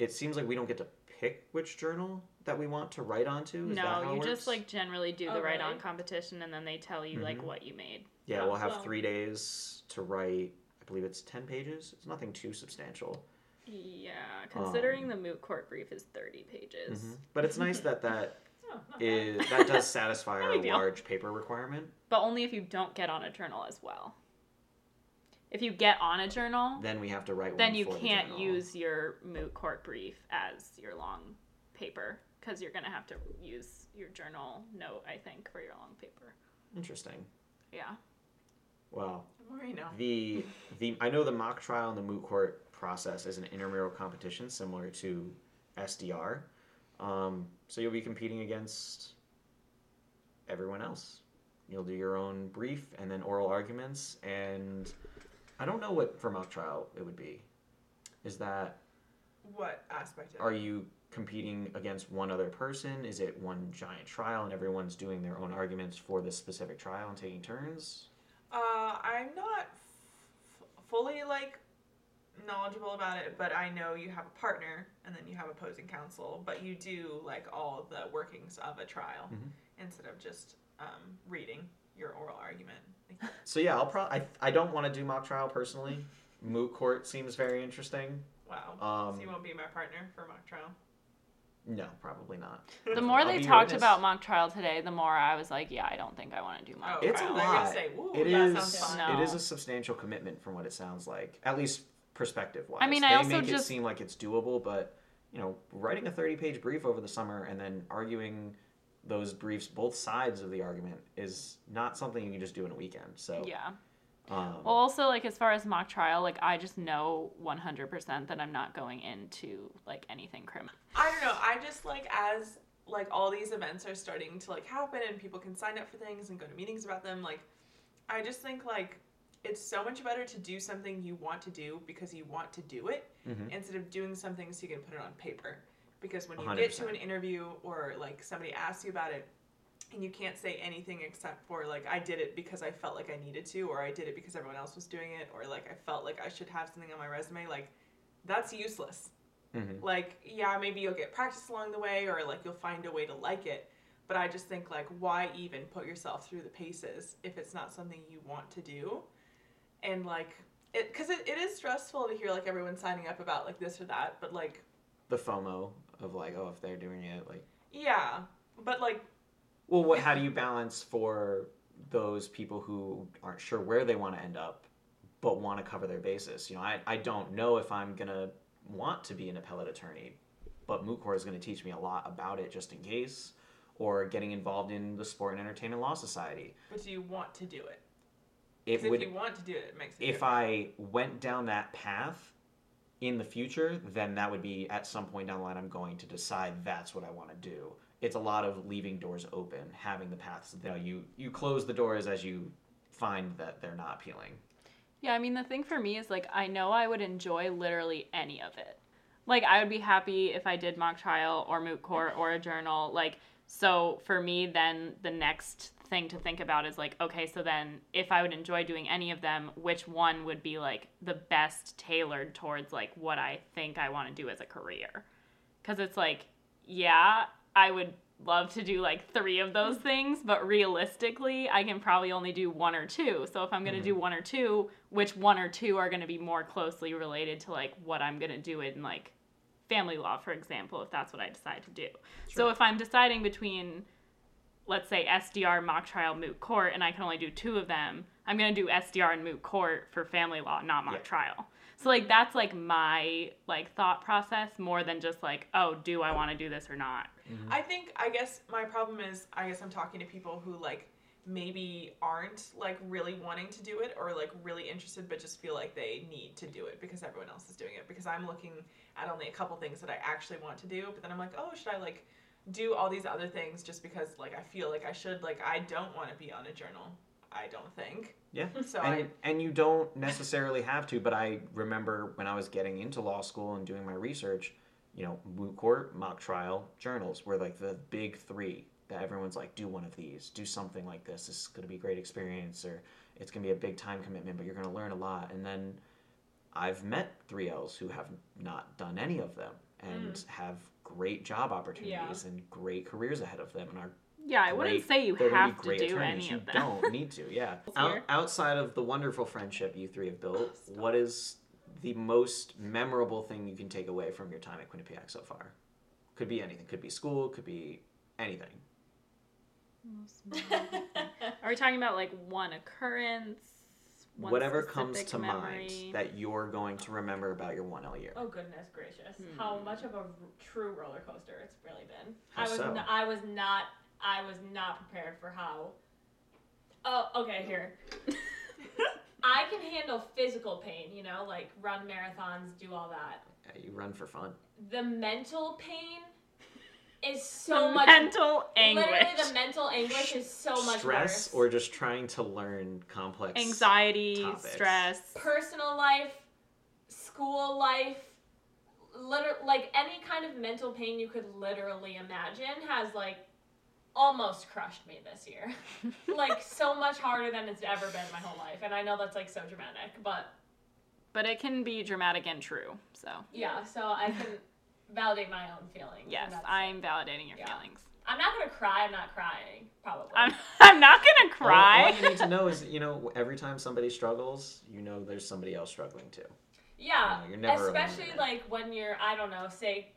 B: it seems like we don't get to pick which journal that we want to write onto. Is that how
A: No,
B: it
A: you just
B: works?
A: like generally do the
C: Oh,
A: write on
C: really?
A: competition and then they tell you like
B: Mhm.
A: what you made.
B: yeah, we'll have
C: well.
B: three days to write. I believe it's ten pages. It's nothing too substantial,
A: Yeah, considering
B: Um,
A: the moot court brief is 30 pages.
B: but it's nice that that
C: [LAUGHS] Oh, not bad.
B: is that does
C: [LAUGHS]
B: satisfy
A: No
B: our
A: big deal.
B: large paper requirement.
A: But only if you don't get on a journal as well. If you get on a journal,
B: Then we have to write.
A: then
B: one
A: you
B: for the
A: can't
B: journal.
A: use your moot court brief as your long paper because you're going to have to use your journal note, I think, for your long paper.
B: Interesting.
A: Yeah.
B: Wow.
D: Don't worry now.
B: The the I know the mock trial and the moot court process is an intramural competition similar to SDR. Um, so you'll be competing against everyone else. You'll do your own brief and then oral arguments and I don't know what for mock trial it would be. Is that
D: What aspect of
B: are
D: it?
B: you competing against one other person? Is it one giant trial and everyone's doing their own arguments for this specific trial and taking turns?
D: Uh, I'm not f- fully like knowledgeable about it, but I know you have a partner and then you have opposing counsel, but you do like all the workings of a trial
B: Mhm.
D: instead of just um, reading your oral argument.
B: [LAUGHS]
D: Like,
B: So yeah, I'll probably I, I don't want to do mock trial personally. Moot court seems very interesting.
D: wow.
B: Um,
D: so you won't be my partner for mock trial.
B: No, probably not.
A: The more
B: I'll
A: they
B: be your
A: talked
B: witness.
A: about mock trial today, the more I was like, yeah, I don't think I want to do mock trial.
D: Oh,
B: It's a
D: wow. I
B: lot.
D: was gonna say, ooh,
B: It
D: that
B: is
D: sounds fun.
A: No.
B: it is a substantial commitment from what it sounds like, at least perspective wise.
A: I mean,
B: they
A: I also
B: make
A: just-
B: it seem like it's doable, but you know, writing a thirty-page brief over the summer and then arguing those briefs, both sides of the argument, is not something you can just do in a weekend. So
A: Yeah.
B: um,
A: Well, also like as far as mock trial, like I just know 100% that I'm not going into like anything criminal.
D: I don't know. I just like as like all these events are starting to like happen and people can sign up for things and go to meetings about them. Like, I just think like it's so much better to do something you want to do because you want to do it
B: Mhm.
D: instead of doing something so you can put it on paper. Because when you get to
B: 100%.
D: an interview or like somebody asks you about it and you can't say anything except for like I did it because I felt like I needed to or I did it because everyone else was doing it or like I felt like I should have something on my resume like that's useless
B: mhm.
D: like yeah maybe you'll get practice along the way or like you'll find a way to like it but i just think like why even put yourself through the paces if it's not something you want to do and like it because it, it is stressful to hear like everyone signing up about like this or that but like
B: the FOMO of like, oh, if they're doing it, like
D: yeah but like
B: Well, what, how do you balance for those people who aren't sure where they want to end up, but want to cover their bases? You know, I, I don't know if I'm going to want to be an appellate attorney, but moot court is going to teach me a lot about it just in case, or getting involved in the Sport and Entertainment Law Society.
D: but do you want to do it
B: It
D: 'Cause if
B: would,
D: you want to do it it makes it
B: if I went down that path in the future, then that would be at some point down the line, I'm going to decide that's what I want to do. It's a lot of leaving doors open, having the paths. You know, you you close the doors as you find that they're not appealing.
A: Yeah, I mean, the thing for me is like, I know I would enjoy literally any of it. Like, I would be happy if I did mock trial or moot court or a journal. Like, so for me, then the next thing to think about is like, okay, so then if I would enjoy doing any of them, which one would be like the best tailored towards like what I think I want to do as a career? Because it's like, yeah, I would love to do like three of
B: Mm.
A: those things, but realistically, I can probably only do one or two. So if I'm going to do
B: Mm-hmm.
A: one or two, which one or two are going to be more closely related to like what I'm going to do in like family law, for example, if that's what I decide to do. So
B: Sure.
A: if I'm deciding between, let's say, SDR, mock trial, moot court, and I can only do two of them, I'm going to do SDR and moot court for family law, not mock
B: Yeah.
A: trial. So like that's like my like thought process more than just like oh do I want to do this or not.
D: I think I guess my problem is I guess I'm talking to people who like maybe aren't like really wanting to do it or like really interested but just feel like they need to do it because everyone else is doing it because I'm looking at only a couple things that I actually want to do but then I'm like oh should I like do all these other things just because like I feel like I should like I don't want to be on a journal I don't
B: [LAUGHS]
D: think
B: Yeah.
D: so I
B: and, and you don't necessarily have to, but I remember when I was getting into law school and doing my research, you know, moot court, mock trial, journals were like the big three that everyone's like, do one of these, do something like this. This is going to be a great experience, or it's going to be a big time commitment, but you're going to learn a lot. And then I've met 3Ls who have not done any of them and
D: Mm.
B: have great job opportunities and great careers ahead of them and are
A: Yeah, I wouldn't
B: great-
A: say you
B: they're gonna be
A: have to
B: great
A: do
B: attorneys.
A: any of
B: You
A: them.
B: don't need to,
A: [LAUGHS]
B: yeah. Out,
A: Here.
B: outside of the wonderful friendship you three have
A: Oh,
B: built, what is the most memorable thing you can take away from your time at Quinnipiac so far? Could be anything. Could be school. Could be anything.
C: [LAUGHS]
A: Are we talking about like one occurrence? one
B: Whatever comes
A: specific
B: to
A: memory?
B: mind that you're going to remember about your 1L year.
C: oh goodness gracious! How much of a r- true roller coaster it's really been.
B: Hmm. How
C: I was
B: so?
C: n- I was not I was not prepared for how. Oh, okay. Here,
B: [LAUGHS]
C: I can handle physical pain. You know, like run marathons, do all that.
B: Yeah, you run for fun.
C: The mental pain is
A: [LAUGHS]
C: so
A: so
C: much.
A: mental anguish,
C: Literally, the [LAUGHS] mental anguish is so much
B: Stress
C: worse.
B: or just trying to learn complex
A: anxiety,
B: topics.
A: stress.
C: personal life, school life, liter- like any kind of mental pain you could literally imagine has like almost crushed me this
A: [LAUGHS]
C: year. like so much harder than it's ever been my whole life. And I know that's like so dramatic, but
A: but it can be dramatic and true. So
C: yeah, so I can validate my own feelings. and
A: yes,
C: that's-
A: I'm validating your
C: Yeah.
A: feelings.
C: I'm not gonna cry, I'm not crying, probably.
A: I'm [LAUGHS] I'm not gonna
B: All-
A: cry.
B: All,
A: [LAUGHS]
B: you need to know is, you know, every time somebody struggles, you know there's somebody else struggling too.
C: Yeah,
B: Yeah, you're never alone
C: especially
B: in that.
C: like when you're, I don't know, say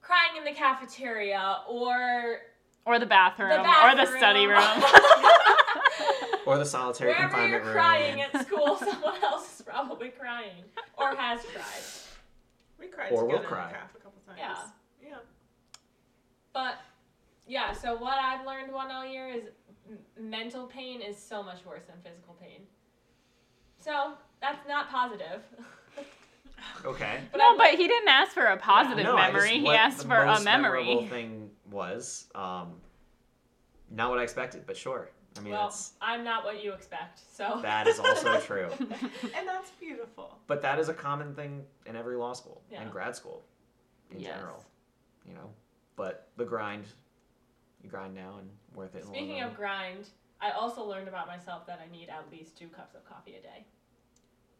C: crying in the cafeteria or
A: or the bathroom,
C: the
A: or the study
C: bathroom.
A: room.
C: [LAUGHS]
A: [LAUGHS]
B: Or the solitary
C: Wherever you're
B: confinement room.
C: crying at school, [LAUGHS] someone else is probably crying or has cried.
D: We cried
B: Or we'll
D: together
B: cry.
D: in the calf a couple times.
C: Yeah.
D: Yeah.
C: But yeah, so what I've learned one all year is m- mental pain is so much worse than physical pain. So that's not positive. [LAUGHS]
B: okay.
C: but
A: no,
C: I'm
A: but he didn't ask for a positive
B: No, I just-
A: memory. He
B: what
A: asked
B: the
A: for a
B: most
A: memory.
B: memorable thing was um, not what I expected, but sure. I mean,
C: well,
B: that's
C: I'm not what you expect. So
B: that is also true.
D: And that's beautiful.
B: But that is a common thing in every law school
C: Yeah.
B: and grad school in
A: Yes.
B: general. You know, but the grind, you grind now and worth it. in the long
C: [LAUGHS] Speaking
B: run.
C: of grind, I also learned about myself that I need at least two cups of coffee a day.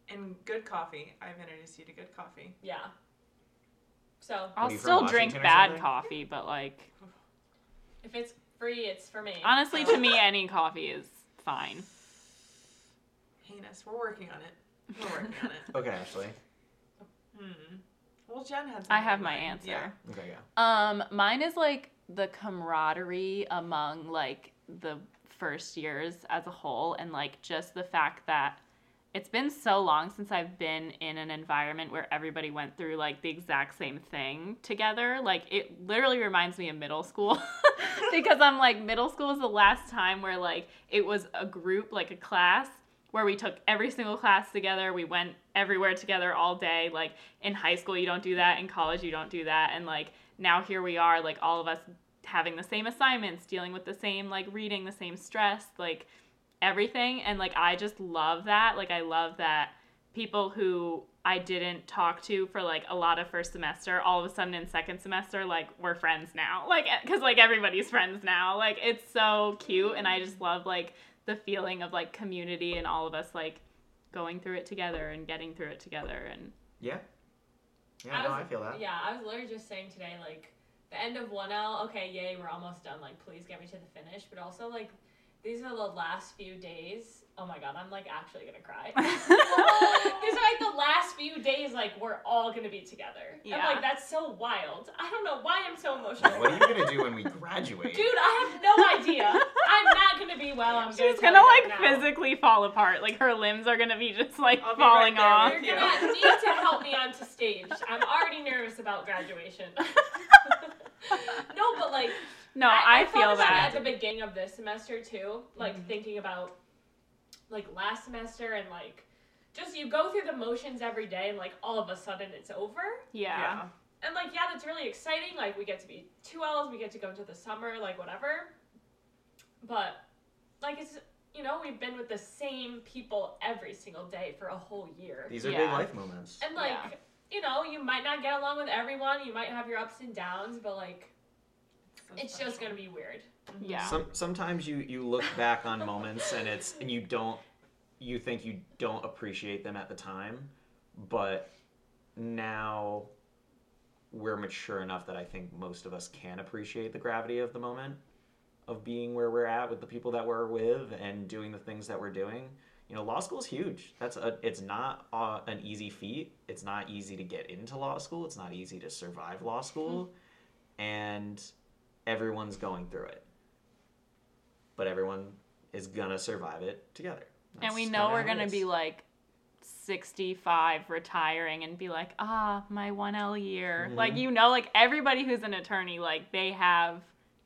D: And good coffee. I've introduced you to good coffee.
C: Yeah. So
A: I'll
B: you from
A: still drink
B: Washington or
A: bad
B: something?
A: coffee, but like
C: if it's free, it's for me.
A: honestly,
C: So-
A: to [LAUGHS] me, any coffee is fine.
D: Heinous. We're working on it. We're working on
A: [LAUGHS]
D: it.
B: okay, Ashley.
D: Hmm. Well, Jen had.
A: I
D: something
A: have
D: in
A: my
D: mind.
A: answer.
D: Yeah.
B: Okay, yeah.
A: Um, mine is like the camaraderie among like the first years as a whole, and like just the fact that it's been so long since I've been in an environment where everybody went through like the exact same thing together. Like it literally reminds me of middle school [LAUGHS] because I'm like middle school was the last time where like it was a group like a class where we took every single class together. We went everywhere together all day. Like in high school you don't do that, in college you don't do that. And like now here we are like all of us having the same assignments, dealing with the same like reading, the same stress, like everything and like i just love that like i love that people who i didn't talk to for like a lot of first semester all of a sudden in second semester like we're friends now like because like everybody's friends now like it's so cute and i just love like the feeling of like community and all of us like going through it together and getting through it together and [LAUGHS]
B: Yeah. Yeah, no,
C: was-
B: I feel that.
C: Yeah, I was literally just saying today, like, the end of 1L, okay, yay, we're almost done. Like, please get me to the finish. But also, like, these are the last few days. Oh my god, I'm like actually gonna
A: [LAUGHS]
C: cry. these are like the last few days, like, we're all gonna be together.
A: Yeah.
C: I'm like, that's so wild. I don't know why I'm so emotional.
B: Like, what are you gonna do when we
C: [LAUGHS]
B: graduate?
C: Dude, I have no idea. I'm not gonna be well. I'm
A: she's gonna
C: gonna, tell you
A: like
C: that now.
A: physically fall apart like her limbs are gonna be just like
D: I'll be
A: falling
D: right there
A: off
D: with
C: You're gonna need to help me onto stage. I'm already nervous about graduation.
A: [LAUGHS]
C: [LAUGHS] no, but like
A: [LAUGHS] no i,
C: I,
A: feel Mm-hmm.
C: thought about
A: that
C: it at the beginning of this semester too, like thinking about like last semester and like just you go through the motions every day and like all of a sudden it's over.
A: yeah.
C: And like yeah, that's really exciting. Like we get to be two L's, we get to go into the summer, like whatever. But like it's you know we've been with the same people every single day for a whole year.
B: These are big
A: Yeah.
B: life moments.
C: And like, you know, you might not get along with everyone. You might have your ups and downs, but like,
D: So
C: it's just gonna
D: special.
C: be weird.
A: Yeah.
B: Some, sometimes you you look back on moments and it's and you don't you think you don't appreciate them at the time, but now we're mature enough that I think most of us can appreciate the gravity of the moment of being where we're at with the people that we're with and doing the things that we're doing. You know, law school's huge. That's a it's not uh, an easy feat. It's not easy to get into law school. It's not easy to survive
A: Hmm.
B: law school. And everyone's going through it but everyone is gonna survive it together.
A: and we
B: That's
A: know
B: kinda
A: we're
B: how it
A: gonna
B: is.
A: be like 65 retiring and be like ah my 1l year like
B: Mhm.
A: you know like everybody who's an attorney like they have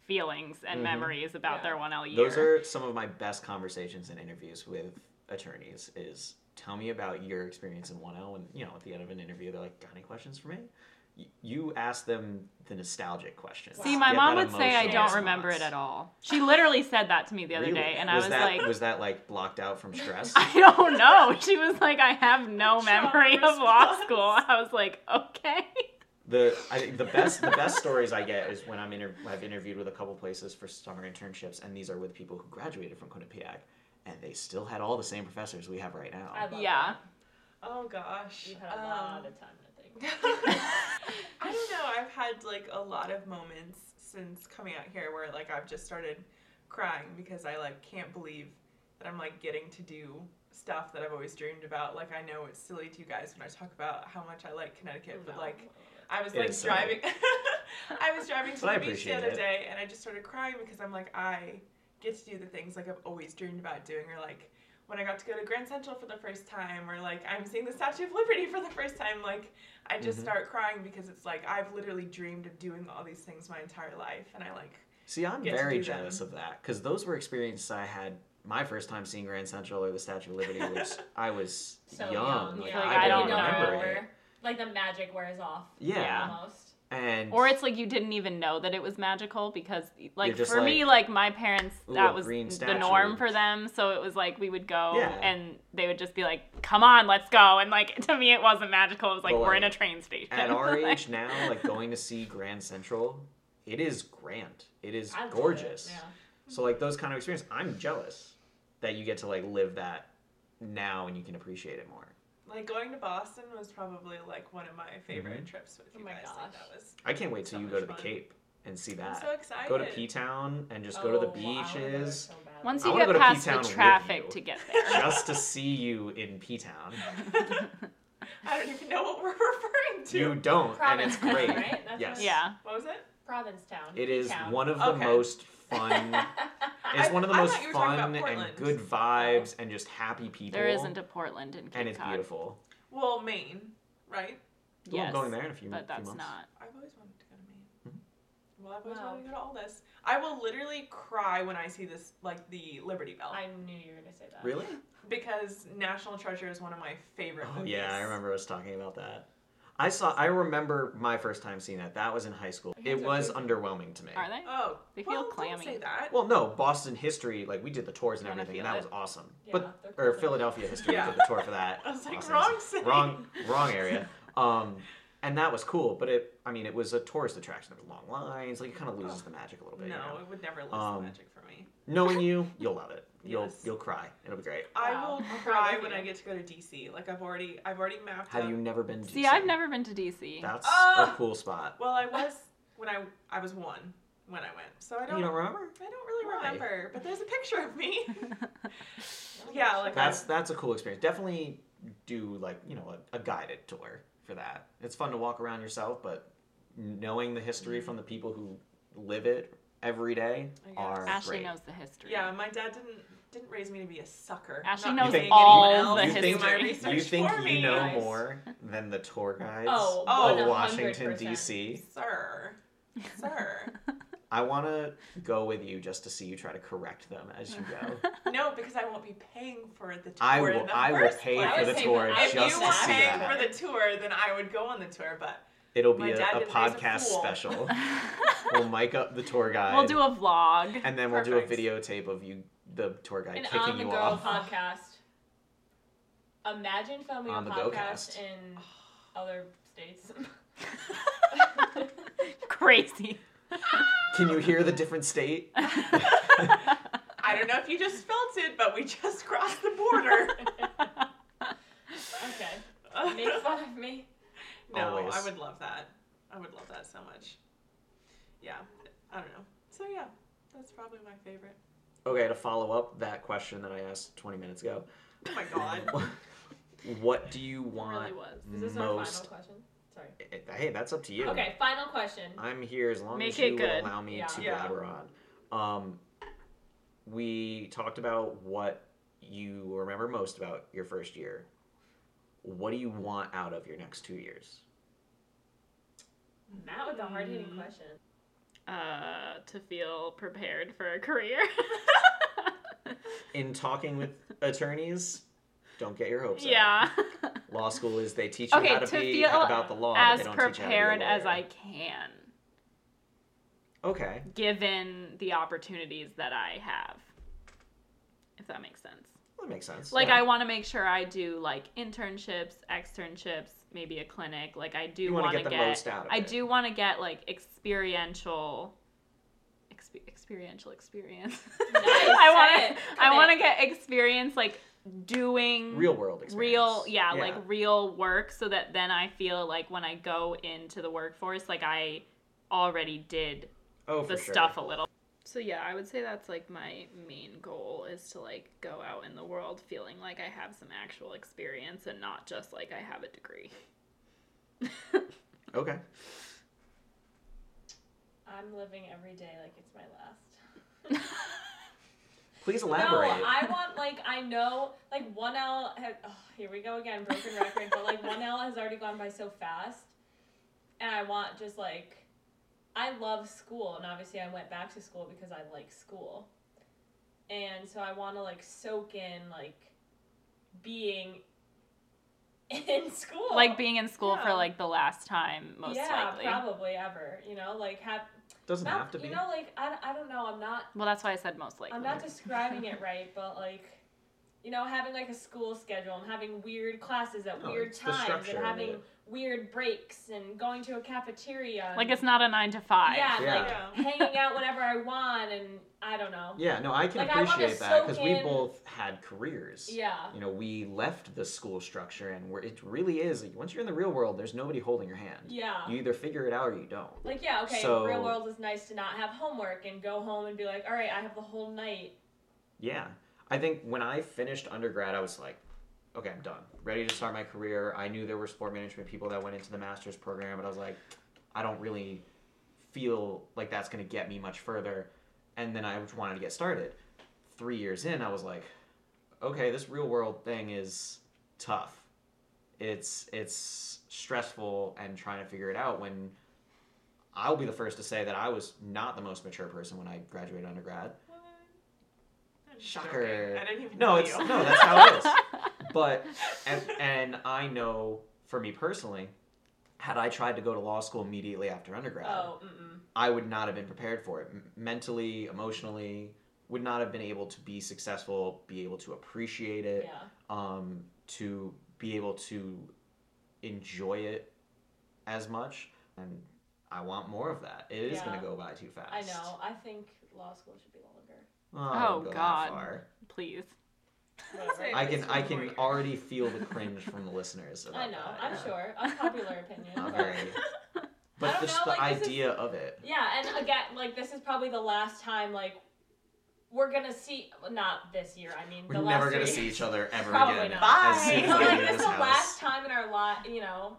A: feelings and
B: Mhm.
A: memories about
D: Yeah.
A: their 1l year
B: Those are some of my best conversations and interviews with attorneys. Is tell me about your experience in 1L, and you know, at the end of an interview, they're like, "Got any questions for me?" Y- You ask them the nostalgic questions.
A: see
C: Wow.
A: my
B: Get
A: mom
B: that
A: would say i
B: emotional
A: don't remember it
B: response.
A: at all she literally said that to me the other
B: Really?
A: day and i was
B: that,
A: like
B: "Was that like blocked out from stress?"
A: [LAUGHS] I don't know. She was like, I have no
D: Trauma
A: memory of law
D: response.
A: school. I was like, okay.
B: the I, think the best the best stories I get is when I'm inter- I've interviewed with a couple places for summer internships, and these are with people who graduated from Quinnipiac, and they still had all the same professors we have right now.
C: I love
A: Yeah.
C: that.
D: Oh gosh.
C: You've had a
D: Um,
C: lot of [LAUGHS] time to think.
D: [LAUGHS]
B: [LAUGHS]
D: I don't know. I've had like a lot of moments since coming out here where like I've just started crying because I like can't believe that I'm like getting to do stuff that I've always dreamed about. Like I know it's silly to you guys when I talk about how much I like Connecticut, but
C: Oh, No.
D: like I was
B: It
D: like
B: is silly.
D: driving. [LAUGHS] I was driving to
B: But I
D: the beach the
B: appreciate
D: other
B: it.
D: day, and I just started crying because I'm like, I get to do the things like I've always dreamed about doing, or like when I got to go to Grand Central for the first time, or like I'm seeing the Statue of Liberty for the first time. Like I just
B: Mhm.
D: start crying because it's like I've literally dreamed of doing all these things my entire life, and I like
B: See, I'm
D: get to
B: very
D: do
B: jealous
D: them.
B: of that because those were experiences I had my first time seeing Grand Central or the Statue of Liberty, which I was
C: [LAUGHS] So
B: young.
C: young,
B: Like,
C: yeah.
A: Like,
B: I,
A: I
B: don't
A: don't
B: remember, it.
C: Like the magic wears off.
B: Yeah.
C: Almost.
B: And
A: Or it's like you didn't even know that it was magical because, like,
B: just
A: for me, like, my parents,
B: Ooh, a
A: that was
B: green
A: the
B: statue.
A: norm for them. So it was like we would go
B: Yeah.
A: and they would just be like, come on, let's go. And, like, [LAUGHS] to me, it wasn't magical. It was like,
B: But,
A: we're in a
B: like,
A: train station. [LAUGHS]
B: at our
A: Like,
B: age now, like going to see Grand Central, it is grand. It is
C: I love it,
B: gorgeous.
C: yeah.
B: So like those kind of experience, I'm jealous that you get to like live that now and you can appreciate it more.
D: like going to Boston was probably like one of my
B: Mm-hmm.
D: favorite trips with
C: Oh
D: you
C: my
D: guys.
C: gosh.
D: Like that was
B: I can't wait till
D: So
B: you go
D: much
B: to the
D: fun.
B: Cape and see
D: I'm
B: that.
D: so excited.
B: go to P Town and just go to
C: Oh, wow,
B: the
C: I wanna go there
B: beaches
C: so badly.
A: Once
B: I
A: you
B: wanna
A: get
B: go to
A: past
B: P-Town
A: the
B: with
A: traffic
B: you.
A: to get there.
B: just to see you in P Town. [LAUGHS]
D: I don't even know what we're [LAUGHS] referring [LAUGHS] to.
B: You don't, and it's
C: Provincetown,
B: great.
C: right? That's
B: yes,
C: what-
A: yeah.
D: What was it?
C: Provincetown.
B: it is
C: Town. [LAUGHS]
B: one of the
D: Okay.
B: most
D: [LAUGHS]
B: fun. It's
D: I-
B: one of the
D: I
B: most
D: thought you were talking about
B: fun and
D: Portland. Oh.
B: good vibes and just happy people.
A: There isn't a Portland in Cape
B: and it's
A: Cod.
B: beautiful.
D: Well, Maine, right?
B: Well,
A: Yes,
B: I'm going there in a few,
A: but
B: few
A: that's
B: months.
A: not.
D: I've always wanted to go to Maine.
B: Mhm.
D: Well, I've always
C: Wow.
D: wanted to go to all this. I will literally cry when I see this, like the Liberty Bell,
C: I knew you were gonna say
A: uh,
C: that.
B: Really?
D: because National Treasure is one of my favorite
B: Oh
D: movies.
B: yeah, I remember us talking about that. I saw. I remember my first time seeing that. That was in high school.
C: Hands
B: It
C: are
B: was
C: freezing.
B: underwhelming to me.
A: Are they?
D: Oh,
A: They feel
D: well,
A: clammy.
D: Don't say that.
B: Well, no, Boston history. Like we did the tours and
A: Kinda
B: everything, and
A: feel
B: that
A: it.
B: was awesome.
C: Yeah,
B: but
C: they're
B: or
C: cool.
B: Philadelphia history,
D: Yeah.
B: we did the tour for that.
D: I was like,
B: Awesome.
D: wrong city.
B: wrong, wrong area. Um, and that was cool. But it, I mean, it was a tourist attraction. There were long lines. Like it kind of loses the magic a little bit. you
D: No,
B: know?
D: it would never lose
B: Um,
D: the magic for me.
B: Knowing you, you'll love it. You'll
D: Yes.
B: you'll cry. It'll be great.
D: I
C: Wow.
D: will
C: I'm proud
D: cry
C: of
D: when
C: you.
D: I get to go to DC. Like I've already, I've already mapped.
B: Have
D: out-
B: you never been to?
A: See,
B: DC?
A: I've never been to DC.
B: That's
D: Ah!
B: a cool spot.
D: Well, I was when I I was one when I went, so I don't.
B: You don't remember?
D: I don't really
B: Why?
D: remember, but there's a picture of me.
C: [LAUGHS]
D: yeah, like
B: That's that's a cool experience. Definitely do like you know a, a guided tour for that. It's fun to walk around yourself, but knowing the history
D: Mm-hmm.
B: from the people who live it every day
D: I guess.
B: are
A: Ashley
B: great.
A: knows the history.
D: Yeah, my dad didn't didn't raise me to be a sucker.
A: Ashley
D: Not
A: knows
D: paying
A: all
D: anyone else
A: the
D: to do
A: history.
D: My
A: You
D: research
B: you think
D: for
B: you
D: me.
B: know
C: Nice.
B: more than the tour
D: [LAUGHS]
B: guides
C: Oh,
B: of
D: 100%.
B: Washington D.C.
D: sir, sir.
B: I want to go with you just to see you try to correct them as you
D: [LAUGHS]
B: go.
D: no, because I won't be paying for the tour.
B: I
D: in
B: will.
D: the
B: I will
D: first
B: pay
D: place.
C: I
B: for
C: would
B: the
C: pay
B: tour
C: for that.
D: If
B: just
D: you
B: to
D: were
B: see
D: paying
B: that.
D: for the tour, then I would go on the tour. But
B: It'll
D: My
B: be a,
D: dad
B: a
D: didn't raise a
B: podcast
D: fool. [LAUGHS]
B: special. we'll mic up the tour
A: [LAUGHS]
B: guide.
A: We'll do a vlog.
B: And then we'll
D: Perfect.
B: do a videotape of you, the tour guide,
C: An on
B: kicking
C: the
B: you
C: go
B: off.
C: podcast. Imagine filming
B: On
C: a
B: the go
C: podcast
B: cast.
C: in other States. [LAUGHS]
A: [LAUGHS]
B: [LAUGHS]
A: Crazy.
B: Can you hear the different state?
D: I don't know if you just felt it, but we just [LAUGHS] crossed the
C: [LAUGHS]
D: border.
C: okay.
D: [LAUGHS]
C: Make fun of me.
D: no,
B: Always.
D: I would love that. I would love that so much. Yeah, I don't know. So yeah, that's probably my favorite.
B: Okay, to follow up that question that I asked 20 minutes ago,
D: Oh my god.
B: what do you
A: It [LAUGHS]
B: want?
A: really was.
C: Is this our
B: most.
C: final question? Sorry.
B: Hey, that's up to you.
C: Okay, final question.
B: I'm here as long
A: Make
B: as
A: it
B: you will
A: good.
B: allow me
C: Yeah.
B: to
D: Yeah.
B: blabber on. Um, we talked about what you remember most about your first year. What do you want out of your next two years?
C: Matt with the hard hitting question.
A: Uh, to feel prepared for a career.
B: [LAUGHS] In talking with attorneys, don't get your hopes up.
A: yeah.
B: Law school is they teach you
A: Okay,
B: how
A: to
B: to, be
A: feel
B: about the law, but
A: as
B: they don't teach you how to be a
A: prepared as
B: lawyer.
A: I can,
B: Okay,
A: given the opportunities that I have. If that makes sense.
B: that makes sense.
A: Like
B: Yeah.
A: I want to make sure I do like internships, externships, maybe a clinic. Like I do
B: You wanna
A: want to
B: get the most out of
A: I
B: it.
A: do want to get like experiential exp- experiential experience. [LAUGHS] I want
C: say it.
A: to I
C: Commit.
A: want to get experience like doing
B: real world experience.
A: real yeah, like real work so that then I feel like when I go into the workforce like I already did
B: oh,
A: the
B: for sure.
A: stuff a little. So yeah, I would say that's like my main goal is to like go out in the world feeling like I have some actual experience and not just like I have a
C: [LAUGHS]
A: degree.
B: Okay,
C: I'm living every day like it's my last.
B: please elaborate.
C: No, I want like I know like one L. Has, oh, here we go again, broken record. but like one L has already gone by so fast, and I want just like I love school, and obviously I went back to school because I like school, and so I want to like soak in like being [LAUGHS] in school,
A: like being in school for
D: Yeah.
A: like the last time most
C: yeah,
A: likely.
C: probably ever. You know, like have
B: Doesn't
C: not-
B: have to be.
C: You know, like I, I don't know. I'm not
A: Well, that's why I said most likely.
C: I'm not describing
A: [LAUGHS]
C: it right, but like, you know, having like a school schedule and having weird classes at
B: No,
C: weird
B: it's the
C: times
B: structure
C: and
B: of
C: having
B: it.
C: weird breaks and going to a cafeteria.
A: like
C: and
A: it's not a 9 to 5.
C: Yeah,
B: [LAUGHS] Yeah.
C: like [LAUGHS]
D: Yeah.
C: hanging out whenever I want and I don't know.
B: Yeah, no, I can
C: Like, I wanna
B: appreciate that because
C: soak
B: we
C: in-
B: both had careers.
C: Yeah.
B: You know, we left the school structure, and where it really is once you're in the real world, there's nobody holding your hand.
C: Yeah.
B: You either figure it out or you don't.
C: Like yeah, okay,
B: So-
C: real world is nice to not have homework and go home and be like, all right, I have the whole night.
B: Yeah, I think when I finished undergrad, I was like, okay, I'm done, ready to start my career. I knew there were sport management people that went into the master's program, but I was like, I don't really feel like that's going to get me much further. And then I wanted to get started. Three years in, I was like, okay, this real world thing is tough. It's it's stressful and trying to figure it out when I'll be the first to say that I was not the most mature person when I graduated undergrad.
D: I'm
B: Shocker.
D: joking. I didn't even
B: No,
D: know
B: it's
D: you.
B: no, that's
C: [LAUGHS]
B: how it is. But and, and I know for me personally, had I tried to go to law school immediately after undergrad,
C: Oh, mm-mm.
B: I would not have been prepared for it M- mentally, emotionally. Would not have been able to be successful, be able to appreciate it,
C: yeah.
B: um, to be able to enjoy it as much. And I want more of that. It is going
C: Yeah.
B: to go by too fast.
C: I know. I think law school should be longer.
B: Oh, I
A: Oh,
B: wouldn't go that
A: God.
B: far.
A: Please.
C: Whatever.
B: I can
D: It's
B: I
D: been four
B: can
D: years.
B: already feel the cringe from the listeners. About
C: I know.
B: that,
C: I'm
B: yeah.
C: sure.
B: [LAUGHS]
C: Unpopular opinion. [LAUGHS] but-
B: Not very.
C: I
B: But
C: don't
B: just
C: know,
B: the
C: like, this is-
B: idea of it.
C: Yeah, and again, like this is probably the last time like we're gonna see well, not this year. I mean,
B: We're
C: the
B: never
C: last
B: gonna
C: three
B: see each other ever
C: Probably
B: again.
C: not.
B: as
D: Bye.
B: soon
C: But
B: as
C: [LAUGHS]
B: we
C: like [LAUGHS]
B: leave
C: this is
B: this
C: the
B: house.
C: last time in our lot, you know,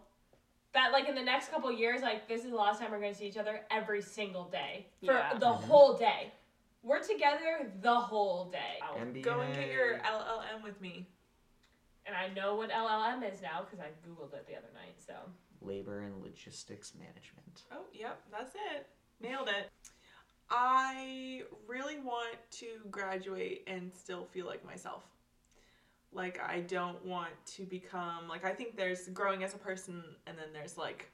C: that like in the next couple years, like this is the last time we're gonna see each other every single day for
A: Yeah.
C: the
B: Mm-hmm.
C: whole day. We're together the whole day,
B: MBA.
D: [LAUGHS] Go and get your LLM with me.
C: and I know what LLM is now because I googled it the other night. So
B: labor and logistics management.
D: Oh, yep, that's it. Nailed it. I really want to graduate and still feel like myself. Like, I don't want to become, like, I think there's growing as a person and then there's like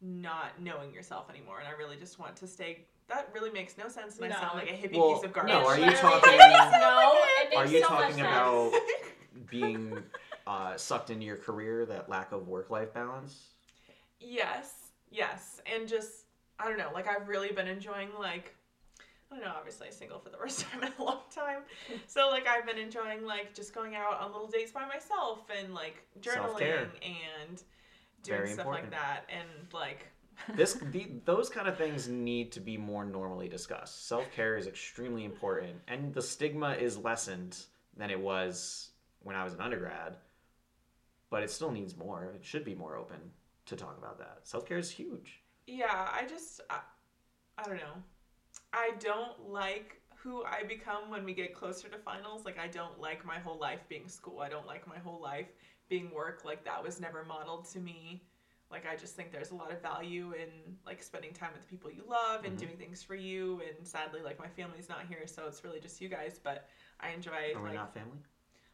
D: not knowing yourself anymore. And I really just want to stay. That really makes no sense. And I
C: No.
D: sound like a hippie
B: Well,
D: piece of garbage.
B: No, are you
C: It literally- [LAUGHS]
B: talking-
C: It
B: [LAUGHS]
C: makes no. It makes
B: Are you
C: so much
B: talking
C: sense. [LAUGHS]
D: [LAUGHS]
B: about being uh, sucked into your career? That lack of work life balance.
D: Yes, yes, and just I don't know. Like I've really been enjoying like I don't know. Obviously, single for the first [LAUGHS] time in a long
B: [LAUGHS]
D: time, so like I've been enjoying like just going out on little dates by myself and like journaling
B: Self-care.
D: and doing
B: Very
D: stuff
B: important.
D: like that and like
B: this the, those kind of things need to be more normally discussed self-care is extremely important and the stigma is lessened than it was when i was an undergrad but it still needs more it should be more open to talk about that self-care is huge
D: yeah. I just I, I don't know. I don't like who I become when we get closer to finals. Like I don't like my whole life being school. I don't like my whole life being work. Like that was never modeled to me. Like I just think there's a lot of value in like spending time with the people you love and
B: Mhm.
D: doing things for you. And sadly, like my family's not here, so it's really just you guys. But I enjoy.
B: are we
D: like,
B: not family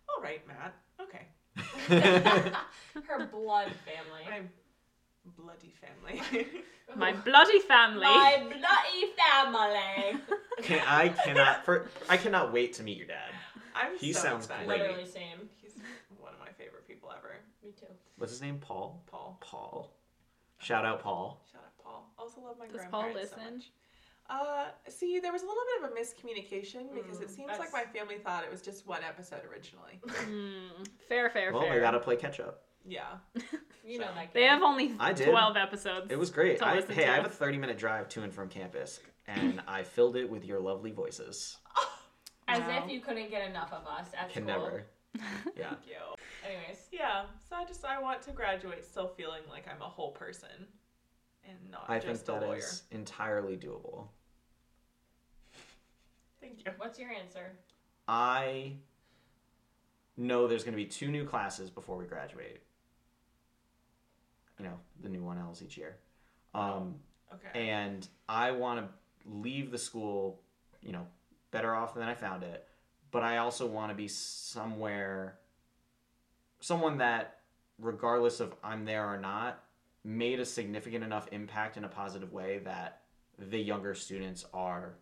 D: All right, Matt. Okay.
C: [LAUGHS] Her blood family.
D: My bloody family. [LAUGHS]
A: My bloody family.
C: My bloody
A: [LAUGHS]
C: family.
B: [LAUGHS] Can, i cannot for, i cannot wait to meet your dad
D: I'm
B: He
D: so
B: sounds
D: excited.
B: Great.
C: Literally same.
D: He's one of my favorite people ever.
C: Me too.
B: what's his name paul
D: Paul.
B: paul shout out paul
D: Shout out, Paul. Also love my
A: Does Paul
D: grandparents so
A: listen?
D: much. Uh, see, there was a little bit of a miscommunication because it
C: Mm,
D: seems
C: that's-
D: like my family thought it was just one episode originally.
C: [LAUGHS]
A: Mm, fair, fair,
B: well we
A: fair.
B: gotta play catch up
D: Yeah.
C: You know that.
A: They
C: game.
A: have only
B: I did.
A: 12 episodes.
B: It was great.
A: to
B: I,
A: listen
B: hey,
A: to.
B: I have a 30 minute drive to and from campus, and I filled it with your lovely voices.
C: As
A: No.
C: if you couldn't get enough of us at
B: Can
C: school. [LAUGHS]
B: never. Yeah.
D: Thank you.
C: Anyways,
D: Yeah. So I just I want to graduate still feeling like I'm a whole person and not
B: I think
D: just a
B: that
D: lawyer.
B: is entirely doable.
D: Thank you.
C: what's your answer?
B: I know there's going to be two new classes before we graduate. You know, the new one L's each year. E Um,
D: Okay.
B: and I want to leave the school, you know, better off than I found it. But I also want to be somewhere, someone that, regardless of I'm there or not, made a significant enough impact in a positive way that the younger students are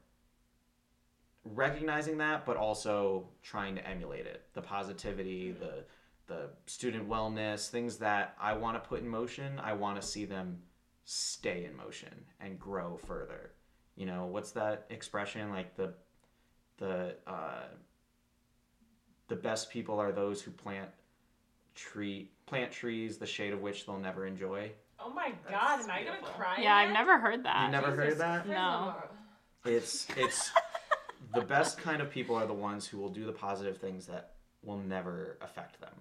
B: recognizing that, but also trying to emulate it. The positivity, the the student wellness, things that I want to put in motion. I want to see them stay in motion and grow further. You know, what's that expression like the the uh the best people are those who plant tree plant trees the shade of which they'll never enjoy.
C: Oh my
D: That's
C: god, am I gonna
D: beautiful.
C: cry?
A: yeah, I've
C: again?
A: never heard that.
B: You've never heard
C: Jesus
B: of that?
C: Christ,
A: No.
C: Laura.
B: It's it's the best kind of people are the ones who will do the positive things that will never affect them.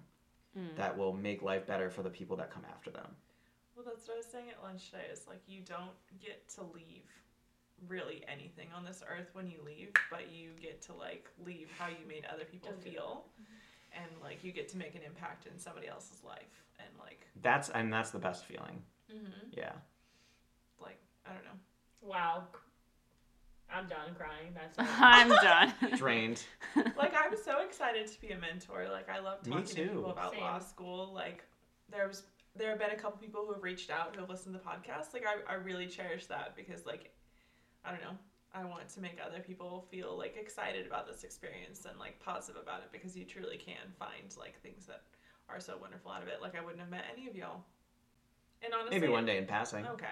A: Mm.
B: That will make life better for the people that come after them.
D: Well, that's what I was saying at lunch today. Is like you don't get to leave really anything on this earth when you leave, but you get to like leave how you made other people
C: Don't do Mm-hmm.
D: feel, and like you get to make an impact in somebody else's life, and like,
B: That's and that's the best feeling.
D: mm-hmm.
B: Yeah.
D: like I don't know.
C: Wow. I'm done crying. That's
A: [LAUGHS] I'm done.
B: [LAUGHS] Drained.
D: Like I'm so excited to be a mentor. Like I love
B: Me
D: talking to
B: too.
D: people about
C: Same.
D: law school. Like there was there have been a couple people who have reached out who have listened to the podcast. Like I, I really cherish that because like I don't know. I want to make other people feel like excited about this experience and like positive about it because you truly can find like things that are so wonderful out of it. Like I wouldn't have met any of y'all. And honestly
B: Maybe one day in passing.
D: Okay.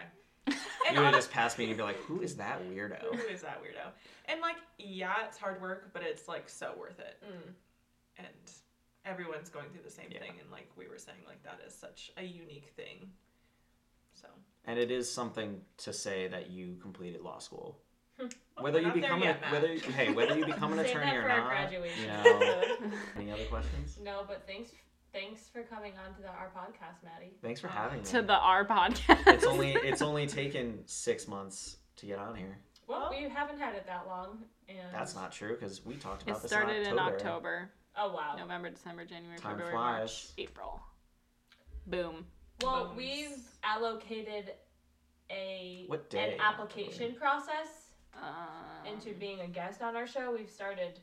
B: You would have just passed me and you'd be like, who is that
D: Who
B: weirdo?
D: is that weirdo? And like, yeah, it's hard work, but it's like so worth it.
C: Mm.
D: And everyone's going through the same
B: Yeah.
D: thing. And like we were saying, like that is such a unique thing. So
B: And it is something to say that you completed law school.
D: Oh,
B: Whether
D: we're
B: you
D: not there
B: become an,
D: yet, Matt.
B: whether hey,
C: [LAUGHS]
B: whether you become an
C: Save
B: attorney
C: that
B: or
C: for our
B: not. You
C: graduation [LAUGHS]
A: [LAUGHS]
B: know.
C: episode.
B: Any other questions?
C: no, but thanks, thanks for coming on to the, our podcast, Maddie.
B: Thanks for
D: Uh,
B: having me.
A: to the R podcast.
B: it's
A: [LAUGHS]
B: only it's only taken six months to get on here.
C: Well,
D: Well-
C: we haven't had it that long, and
B: That's not true because we talked about
A: It
B: this
A: started
B: in October.
C: Oh wow.
A: November, December, January,
B: Time
A: February, March,
B: flies.
A: April. Boom.
C: Well,
D: Bones.
C: we've allocated a
B: What day?
C: an application process
A: Um,
C: into being a guest on our show. We've started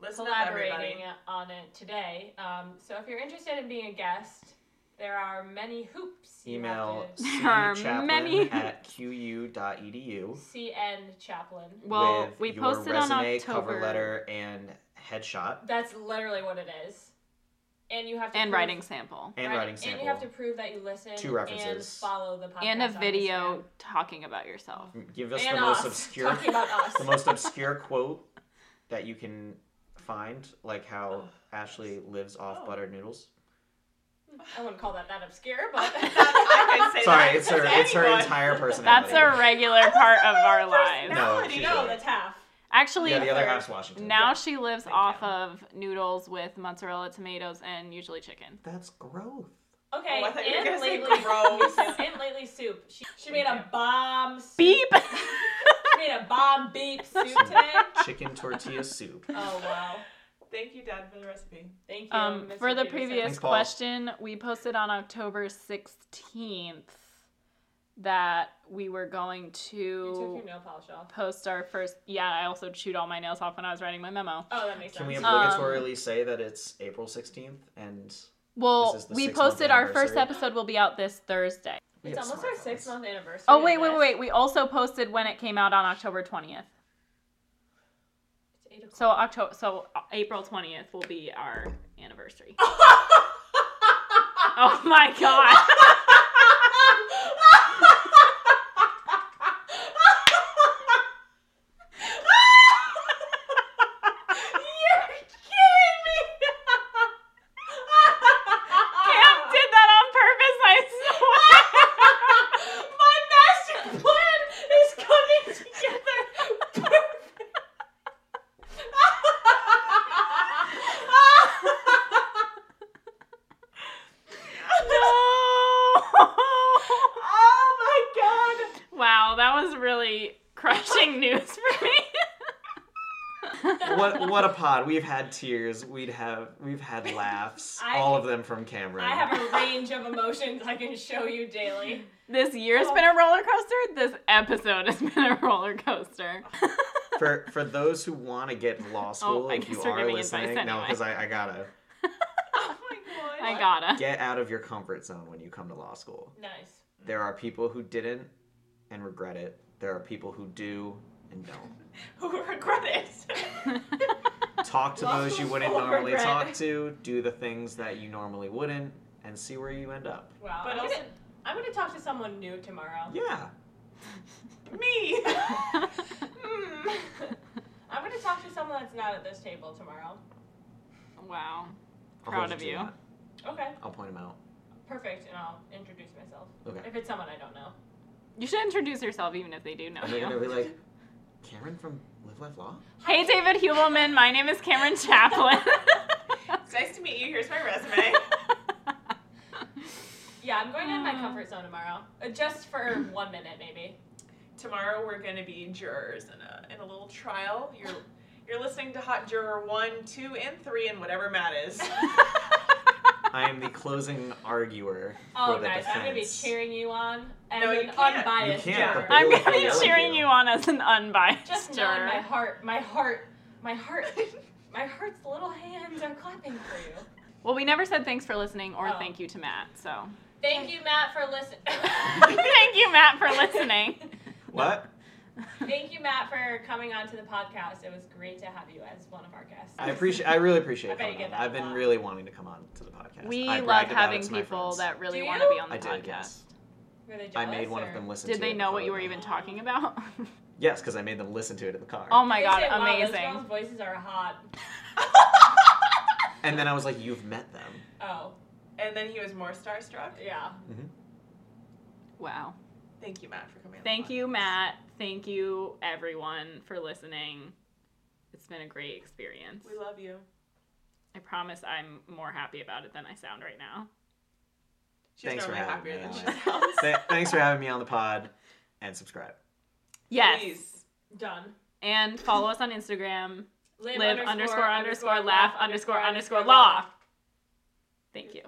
D: Listen up,
C: collaborating
D: everybody.
C: on it today. Um, so if you're interested in being a guest, there are many hoops. you have
B: Email
C: to-
A: There are
B: cchaplin
A: many-
B: at qu.edu
C: CN Chaplin.
A: Well,
B: E with
A: we
B: your
A: posted
B: resume,
A: on October.
B: cover letter, and headshot.
C: That's literally what it is. and you have to
A: and
C: prove-
A: writing sample
B: and
C: writing-
B: writing sample.
C: And you have to prove that you listen.
B: Two references.
C: And follow the podcast.
A: and a
C: on
A: video talking about yourself.
B: Give
C: Instagram.
B: us
C: And
B: the most
C: us.
B: obscure,
C: Talking about us.
B: [LAUGHS] the most obscure quote that you can find, like
C: Oh.
B: how Ashley lives off
D: Oh.
B: buttered noodles.
C: I wouldn't call that that obscure,
B: [LAUGHS]
C: but
D: [LAUGHS] I can say
B: Sorry,
D: that
B: it's her.
D: to
B: It's her
D: anyone.
B: entire
A: That's
B: personality.
A: a regular part of
C: [LAUGHS]
A: our lives.
B: No,
D: Personality.
B: she's
C: no,
B: right.
C: that's half.
A: Actually,
B: Yeah, the other
A: they're-
B: half's Washington.
A: now she lives
D: Thank
A: off
D: you.
A: of noodles with mozzarella, tomatoes, and usually chicken.
B: That's growth.
C: Okay,
D: Oh, I thought you were
C: and
D: gonna say
C: lately, [LAUGHS]
D: gross.
C: and lately soup. She, she made a bomb
A: [LAUGHS]
C: soup.
A: Beep.
C: She made a bomb beep
D: [LAUGHS]
C: soup today. [LAUGHS]
B: Chicken tortilla soup.
C: Oh wow!
D: Thank you, Dad, for the recipe.
C: Thank you.
A: um,
C: Mr.
A: for the
C: Peterson.
A: previous
B: Thanks, Paul.
A: question, we posted on October sixteenth that we were going
C: you took your
A: to
C: nail polish off.
A: post our first. Yeah, I also chewed all my nails off when I was writing my memo.
C: Oh, that makes
B: Can we
C: sense.
A: Um,
B: obligatorily say that it's April 16th and
A: Well,
B: This is the
A: we
B: six-month
A: posted our first
B: anniversary.
A: episode will be out this Thursday.
B: we
C: it's
B: have
C: almost our
B: smartphones.
C: six month anniversary.
A: Oh
C: of
A: wait, wait, wait,
C: this.
A: wait. We also posted when it came out on October 20th.
C: It's
A: [LAUGHS]
C: eight o'clock.
A: So October so April 20th will be our
C: [LAUGHS]
A: anniversary. oh my
C: [LAUGHS]
A: god. [LAUGHS]
C: You're kidding me!
A: Cam did that on purpose, I swear.
C: My master plan is coming together perfect.
A: no.
D: Oh [LAUGHS] my
A: [LAUGHS]
D: god!
A: Wow, that was really crushing news for me. [LAUGHS]
B: What what
C: [LAUGHS]
B: a pod. We've had tears. We'd have we've had laughs.
C: I-
B: all of them from Cameron.
C: I have a range of emotions I can show you daily.
A: This year's been a roller coaster. This episode has been a roller coaster. [LAUGHS]
B: for for those who want to get into law school,
A: Oh, I
B: if you
A: guess we're
B: are
A: giving advice
B: listening, no,
A: anyway.
B: because I, I gotta
D: Oh my god! [LAUGHS]
A: I gotta.
B: get out of your comfort zone when you come to law school.
C: Nice.
B: There are people who didn't and regret it. There are people who do and don't.
D: Who regret it?
B: Talk to
D: Law
B: those you
D: school's
B: wouldn't
D: full of
B: normally
D: regret.
B: talk to. Do the things that you normally wouldn't, and see where you end up.
C: Wow.
D: But
C: I'm,
D: also-
C: gonna, I'm gonna talk to someone new tomorrow.
B: Yeah.
D: [LAUGHS] [LAUGHS] Me.
C: Hmm. [LAUGHS] I'm gonna talk to someone that's not at this table tomorrow.
A: [LAUGHS] wow.
B: I'll
A: Proud
B: hold
A: of
B: to
A: you.
B: that.
C: Okay,
B: I'll point him out.
C: perfect, and I'll introduce myself.
B: Okay.
C: If it's someone I don't know.
A: You should introduce yourself even if they do know
B: And they're gonna
A: you.
B: be like, Cameron from Live Life Law?
A: Hey, David Hubelman. My name is Cameron Chaplin. [LAUGHS]
D: It's [LAUGHS] nice to meet you. Here's my resume.
C: Yeah, I'm going out of my
A: Uh.
C: comfort zone tomorrow, Uh, just [CLEARS THROAT] for one minute maybe.
D: Tomorrow we're going to be jurors in a in a little trial. You're you're listening to Hot Juror One, Two, and Three, and whatever Matt [LAUGHS] is.
B: I am the closing
A: [LAUGHS]
B: arguer.
C: Oh,
B: for the
C: nice!
B: Defense.
C: I'm gonna be cheering you on as
D: No, you
C: an
D: can't.
B: You
C: unbiased
B: can't.
C: juror.
B: the
A: I'm
B: bailiff
A: gonna be
B: will yell at
A: cheering you on as an unbiased
C: Just knowing
A: juror.
C: my heart, my heart, my heart, my heart's little hands are clapping for you.
A: Well, we never said thanks for listening or
C: Oh.
A: thank you to Matt. So [LAUGHS]
C: Thank you, Matt, for [LAUGHS] listening.
A: thank you, Matt, [LAUGHS] for listening.
B: What?
C: Thank you, Matt, for coming on to the podcast. It was great to have you as one of our guests.
B: I appreciate. I really appreciate
C: I bet you
B: coming
C: get
B: on.
C: that
B: I've
C: a
B: been
C: lot.
B: really wanting to come on to the podcast.
A: We
B: I
A: love
B: bragged about
A: having
B: it to my
A: people
B: friends.
A: that really
C: Do
A: want to
C: you?
A: be on the
B: I
A: podcast.
B: did. Yes.
C: Were they
B: I
C: jealous,
B: made one
C: or-
B: of them listen. to
A: Did
B: it
A: they
B: and
A: know what you were
B: followed me.
A: even talking
B: [LAUGHS]
A: about? [LAUGHS]
B: Yes, because I made them listen to it in the car.
A: oh my
C: They
A: god,
C: say, wow, those girls'
B: [LAUGHS]
A: amazing.
C: voices are hot.
B: And then I was like, "You've met them."
C: Oh,
D: and then he was more starstruck.
C: yeah.
A: Wow.
D: Thank you, Matt, for coming. on the
A: Thank you,
D: podcast.
A: Matt. Thank you, everyone, for listening. It's been a great experience.
D: We love you.
A: I promise I'm more happy about it than I sound right now.
D: She's
B: Thanks for
D: normally
B: having
D: happier
B: me,
D: than she
B: Alex.
D: sounds.
B: Th- thanks for having me on the pod, and subscribe.
A: [LAUGHS] Yes.
D: Please.
C: Done.
A: And follow us on Instagram.
C: Live,
A: Live underscore underscore laugh underscore underscore law. Thank you.